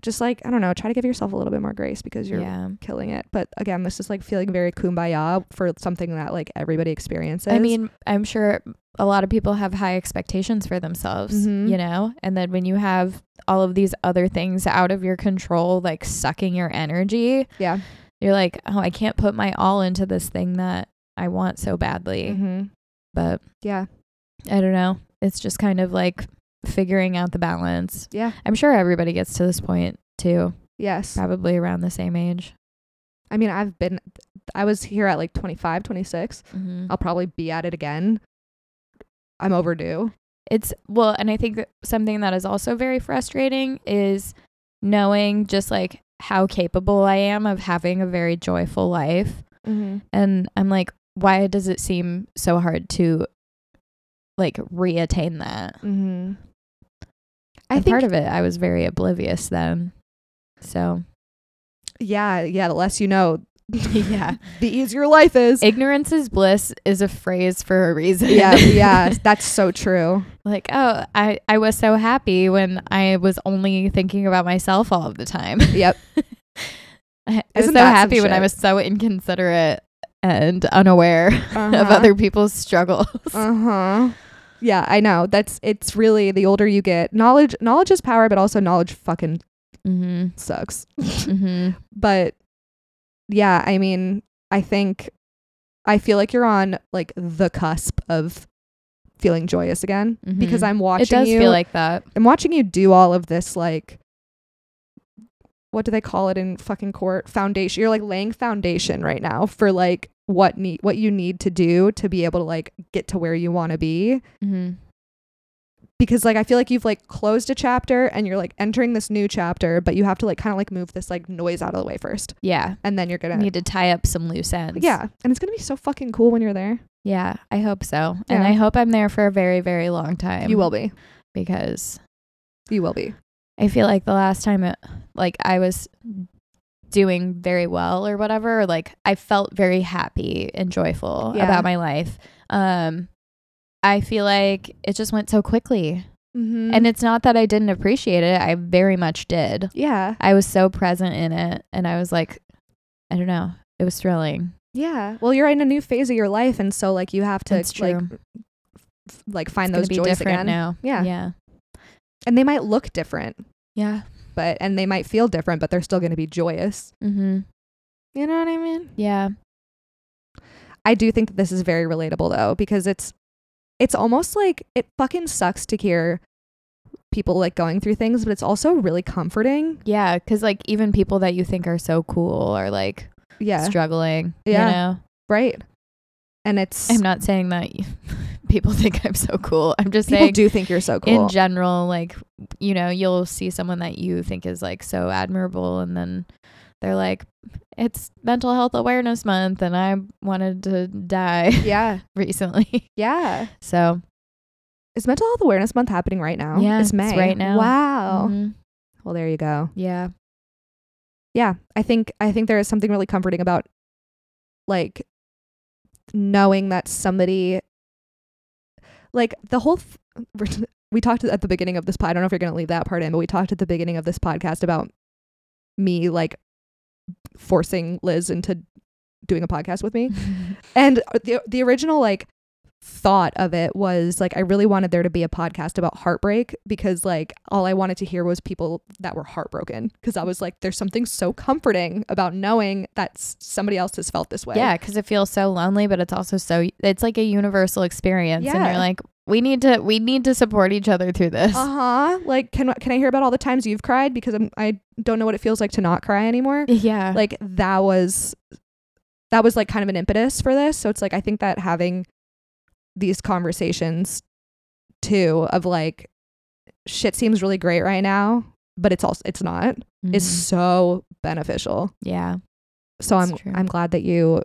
Speaker 2: just like i don't know try to give yourself a little bit more grace because you're
Speaker 3: yeah.
Speaker 2: killing it but again this is like feeling very kumbaya for something that like everybody experiences
Speaker 3: I mean, I'm sure a lot of people have high expectations for themselves,
Speaker 2: Mhm.
Speaker 3: you know? And then when you have all of these other things out of your control, like sucking your energy,
Speaker 2: yeah
Speaker 3: you're like, oh, I can't put my all into this thing that I want so badly.
Speaker 2: mm-hmm.
Speaker 3: But
Speaker 2: yeah
Speaker 3: I don't know. It's just kind of like figuring out the balance.
Speaker 2: yeah
Speaker 3: I'm sure everybody gets to this point too,
Speaker 2: yes
Speaker 3: probably around the same age.
Speaker 2: i mean i've been i was here at like 25 26
Speaker 3: Mm-hmm.
Speaker 2: i'll probably be at it again i'm overdue
Speaker 3: it's well and i think that something that is also very frustrating is knowing just like how capable i am of having a very joyful life
Speaker 2: mm-hmm.
Speaker 3: and i'm like why does it seem so hard to like re-attain that
Speaker 2: Mm-hmm.
Speaker 3: i
Speaker 2: i
Speaker 3: and
Speaker 2: think
Speaker 3: part of it i was very oblivious then so
Speaker 2: yeah yeah the less you know
Speaker 3: yeah
Speaker 2: the easier life is
Speaker 3: ignorance is bliss is a phrase for a reason
Speaker 2: yeah yeah that's so true
Speaker 3: like oh i i was so happy when i was only thinking about myself all of the time
Speaker 2: yep
Speaker 3: I I was so
Speaker 2: Isn't that some
Speaker 3: happy when I
Speaker 2: shit?
Speaker 3: was so inconsiderate and unaware of
Speaker 2: Uh-huh.
Speaker 3: other people's struggles.
Speaker 2: Uh-huh. Yeah, I know. That's it's really the older you get. Knowledge knowledge is power, but also knowledge fucking
Speaker 3: mm-hmm.
Speaker 2: sucks.
Speaker 3: Mm-hmm.
Speaker 2: but yeah, I mean, I think I feel like you're on like the cusp of feeling joyous again because
Speaker 3: Mhm.
Speaker 2: I'm watching
Speaker 3: It does
Speaker 2: you
Speaker 3: feel like that.
Speaker 2: I'm watching you do all of this like what do they call it in fucking court? Foundation. You're like laying foundation right now for like what need what you need to do to be able to like get to where you want to be.
Speaker 3: Mm-hmm.
Speaker 2: because like I feel like you've like closed a chapter and you're like entering this new chapter, but you have to like kind of like move this like noise out of the way first,
Speaker 3: Yeah.
Speaker 2: and then you're gonna
Speaker 3: Need to tie up some loose ends.
Speaker 2: yeah, and it's gonna be so fucking cool when you're there.
Speaker 3: Yeah. I hope so. And
Speaker 2: Yeah.
Speaker 3: I hope I'm there for a very, very long time.
Speaker 2: You will be,
Speaker 3: Because
Speaker 2: you will be.
Speaker 3: I feel like the last time it, like I was doing very well or whatever, like I felt very happy and joyful
Speaker 2: Yeah.
Speaker 3: about my life. Um I feel like it just went so quickly.
Speaker 2: Mm-hmm.
Speaker 3: And it's not that I didn't appreciate it. I very much did.
Speaker 2: yeah,
Speaker 3: I was so present in it and I was like I don't know. It was thrilling.
Speaker 2: yeah. Well, you're in a new phase of your life, and so like you have to
Speaker 3: That's
Speaker 2: like
Speaker 3: true.
Speaker 2: f- like find
Speaker 3: It's
Speaker 2: those
Speaker 3: gonna be
Speaker 2: joys
Speaker 3: different
Speaker 2: again.
Speaker 3: now.
Speaker 2: Yeah.
Speaker 3: Yeah.
Speaker 2: And they might look different,
Speaker 3: Yeah.
Speaker 2: but and they might feel different, but they're still gonna be joyous.
Speaker 3: Mhm.
Speaker 2: You know what I mean?
Speaker 3: Yeah.
Speaker 2: I do think that this is very relatable though because it's it's almost like it fucking sucks to hear people like going through things, but it's also really comforting.
Speaker 3: Yeah, cuz like even people that you think are so cool are like
Speaker 2: Yeah,
Speaker 3: struggling,
Speaker 2: Yeah.
Speaker 3: you know.
Speaker 2: right. And it's
Speaker 3: I'm not saying that y- people think I'm so cool. I'm just
Speaker 2: people
Speaker 3: saying
Speaker 2: do think you're so cool.
Speaker 3: in general, like you know, you'll see someone that you think is like so admirable, and then they're like, "It's Mental Health Awareness Month," and I wanted to die
Speaker 2: yeah,
Speaker 3: recently.
Speaker 2: yeah.
Speaker 3: So
Speaker 2: Is Mental Health Awareness Month happening right now?
Speaker 6: Yeah,
Speaker 2: it's
Speaker 6: it's
Speaker 2: May
Speaker 6: right now.
Speaker 2: Wow.
Speaker 3: Mhm.
Speaker 2: Well, there you go.
Speaker 6: Yeah.
Speaker 2: Yeah, I think I think there is something really comforting about like knowing that somebody like the whole th- we talked at the beginning of this pod. I don't know if you're going to leave that part in, but we talked at the beginning of this podcast about me like forcing Liz into doing a podcast with me. And the the original like thought of it was like I really wanted there to be a podcast about heartbreak because like all I wanted to hear was people that were heartbroken because I was like there's something so comforting about knowing that s- somebody else has felt this way.
Speaker 6: Yeah, because it feels so lonely, but it's also so it's like a universal experience, and
Speaker 2: Yeah.
Speaker 6: you're like, we need to we need to support each other through this.
Speaker 2: Uh-huh. Like can can I hear about all the times you've cried because I'm I don't know what it feels like to not cry anymore.
Speaker 6: yeah,
Speaker 2: like that was that was like kind of an impetus for this so it's like i think that having these conversations too of like shit seems really great right now but it's also it's not
Speaker 3: Mm-hmm.
Speaker 2: is
Speaker 6: Mhm.
Speaker 2: so beneficial
Speaker 6: yeah.
Speaker 2: so i'm
Speaker 6: It's true.
Speaker 2: i'm glad that you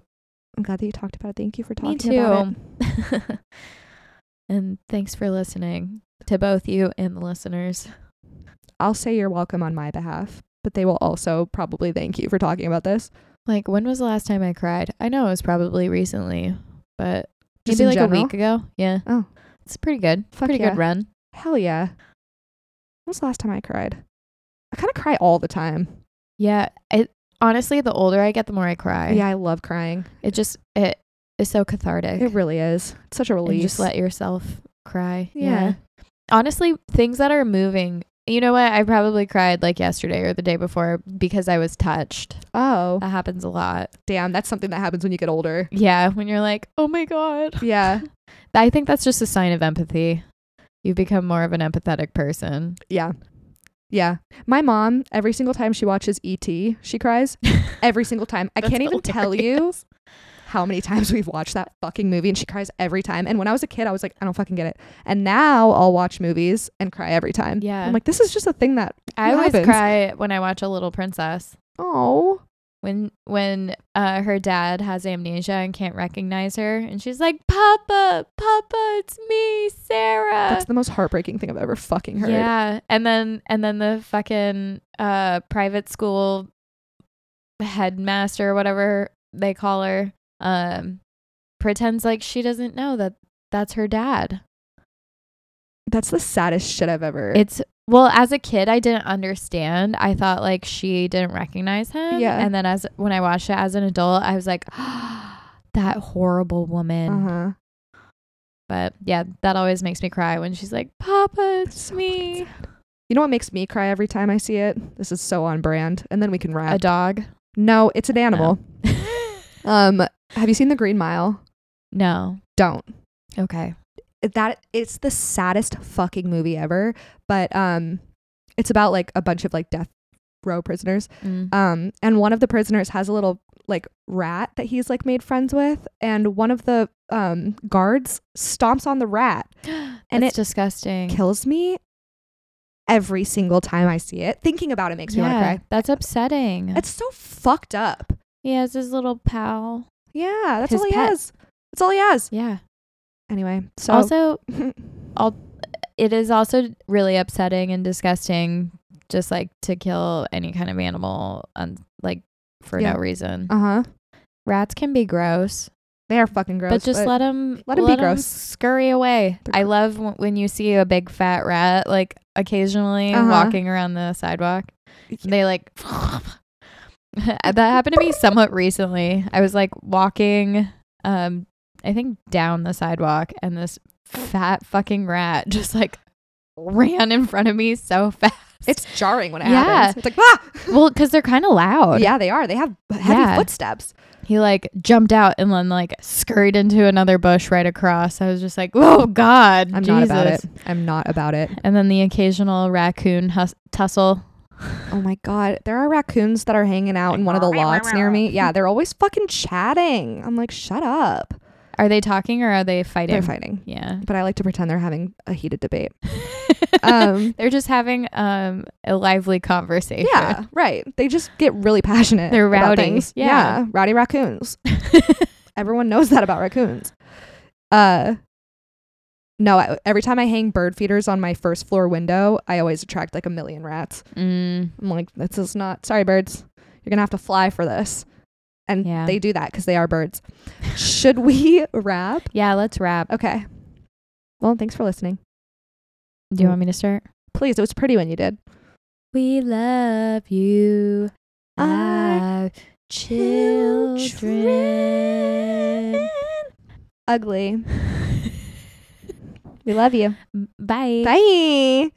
Speaker 2: i'm glad that you talked about it thank you for talking
Speaker 3: Me
Speaker 2: about it
Speaker 3: too. and thanks for listening to both you and the listeners.
Speaker 2: i'll say you're welcome on my behalf but they will also probably thank you for talking about this
Speaker 3: Like, when was the last time I cried? I know it was probably recently, but
Speaker 2: Just
Speaker 3: maybe
Speaker 2: in
Speaker 3: like
Speaker 2: general?
Speaker 3: a week ago. Yeah.
Speaker 2: Oh.
Speaker 3: It's pretty good.
Speaker 2: Fuck
Speaker 3: pretty
Speaker 2: yeah.
Speaker 3: good run.
Speaker 2: hell yeah when was the last time i cried i kind of cry all the time
Speaker 3: Yeah. It honestly, the older I get, the more I cry.
Speaker 2: yeah i love crying
Speaker 3: It just it is so cathartic.
Speaker 2: It really is. It's such a
Speaker 3: and
Speaker 2: release.
Speaker 3: just let yourself cry.
Speaker 2: Yeah.
Speaker 3: Honestly, things that are moving. You know what? I probably cried like yesterday or the day before because I was touched.
Speaker 2: oh,
Speaker 3: That happens a lot.
Speaker 2: damn, that's something that happens when you get older.
Speaker 3: Yeah, when you're like, "Oh my god."
Speaker 2: Yeah.
Speaker 3: I think that's just a sign of empathy. You become more of an empathetic person.
Speaker 2: Yeah. Yeah. My mom, every single time she watches ET, she cries. Every single time. I can't even tell you how many times we've watched that fucking movie and she cries every time. And when I was a kid, I was like, I don't fucking get it. And now I'll watch movies and cry every time.
Speaker 3: Yeah.
Speaker 2: I'm like, this is just a thing that
Speaker 3: I
Speaker 2: What
Speaker 3: always
Speaker 2: happens?
Speaker 3: cry when I watch A Little Princess.
Speaker 2: oh
Speaker 3: When when uh, her dad has amnesia and can't recognize her, and she's like, "Papa, Papa, it's me, Sarah."
Speaker 2: that's the most heartbreaking thing I've ever fucking heard.
Speaker 3: Uh. Yeah, and then and then the fucking uh private school headmaster, or whatever they call her, um, pretends like she doesn't know that that's her dad.
Speaker 2: That's the saddest shit I've ever
Speaker 3: It's well, as a kid, I didn't understand. I thought like she didn't recognize him.
Speaker 2: Yeah.
Speaker 3: and then as when I watched it as an adult, I was like, that horrible woman.
Speaker 2: uh-huh.
Speaker 3: But yeah, that always makes me cry when she's like, Papa,
Speaker 2: That's
Speaker 3: it's
Speaker 2: so
Speaker 3: me.
Speaker 2: You know what makes me cry every time I see it? This is so on brand. And then we can
Speaker 3: A
Speaker 2: wrap.
Speaker 3: dog.
Speaker 2: no, it's an animal. Um, have you seen The Green Mile?
Speaker 3: no.
Speaker 2: Don't.
Speaker 3: Okay.
Speaker 2: That it's the saddest fucking movie ever, but um it's about like a bunch of like death row prisoners.
Speaker 3: Mm.
Speaker 2: Um and one of the prisoners has a little like rat that he's like made friends with and one of the um guards stomps on the rat.
Speaker 3: and
Speaker 2: it
Speaker 3: it's disgusting.
Speaker 2: Kills me every single time I see it. Thinking about it makes me want to cry.
Speaker 3: that's upsetting.
Speaker 2: It's so fucked up.
Speaker 3: he has his little pal.
Speaker 2: Yeah, that's
Speaker 3: His
Speaker 2: all he
Speaker 3: pet.
Speaker 2: has. That's all he has.
Speaker 3: Yeah.
Speaker 2: Anyway, so
Speaker 3: Also, it is also really upsetting and disgusting, just like to kill any kind of animal, on like for
Speaker 2: Yeah.
Speaker 3: no reason.
Speaker 2: uh huh.
Speaker 3: Rats can be gross,
Speaker 2: They are fucking gross.
Speaker 3: but just let 'em let them
Speaker 2: let 'em be gross.
Speaker 3: Scurry away.
Speaker 2: They're
Speaker 3: I
Speaker 2: gr-
Speaker 3: love w- when you see a big fat rat like occasionally
Speaker 2: Uh-huh.
Speaker 3: walking around the sidewalk. They like that happened to me somewhat recently. I was like walking um I think down the sidewalk and this fat fucking rat just like ran in front of me so fast.
Speaker 2: it's jarring when it
Speaker 3: Yeah.
Speaker 2: happens. It's like ah.
Speaker 3: well cuz they're kind of loud.
Speaker 2: yeah, they are. They have heavy
Speaker 3: Yeah.
Speaker 2: footsteps.
Speaker 3: He like jumped out and then like scurried into another bush right across. I was just like, "Oh god."
Speaker 2: I'm not about
Speaker 3: Jesus."
Speaker 2: it. I'm not about it.
Speaker 3: And then the occasional raccoon hus- tussle.
Speaker 2: Oh my god, there are raccoons that are hanging out in one of the lots near me. Yeah, they're always fucking chatting. I'm like, shut up.
Speaker 3: Are they talking or are they fighting?
Speaker 2: They're fighting,
Speaker 3: Yeah.
Speaker 2: but I like to pretend they're having a heated debate. Um,
Speaker 3: They're just having um a lively conversation.
Speaker 2: yeah, right. They just get really passionate.
Speaker 3: They're
Speaker 2: about
Speaker 3: rowdy.
Speaker 2: things.
Speaker 3: Yeah.
Speaker 2: yeah, rowdy raccoons. Everyone knows that about raccoons. Uh No, I, every time I hang bird feeders on my first floor window, I always attract like a million rats.
Speaker 3: Mm.
Speaker 2: I'm like, this is not. Sorry, birds. You're gonna have to fly for this. And
Speaker 3: Yeah.
Speaker 2: they do that because they are birds. Should we wrap?
Speaker 3: Yeah, let's wrap.
Speaker 2: Okay. Well, thanks for listening.
Speaker 3: Do you want me to start?
Speaker 2: Please, it was pretty when you did.
Speaker 3: We love you,
Speaker 2: Our
Speaker 3: our children.
Speaker 2: Ugly. we love you.
Speaker 3: Bye.
Speaker 2: Bye.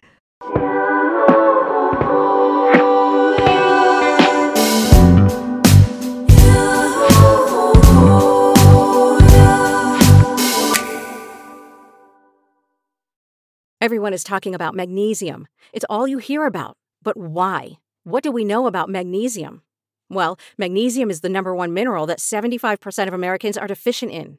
Speaker 7: Everyone is talking about magnesium. It's all you hear about. But why? What do we know about magnesium? Well, magnesium is the number one mineral that 75% of Americans are deficient in.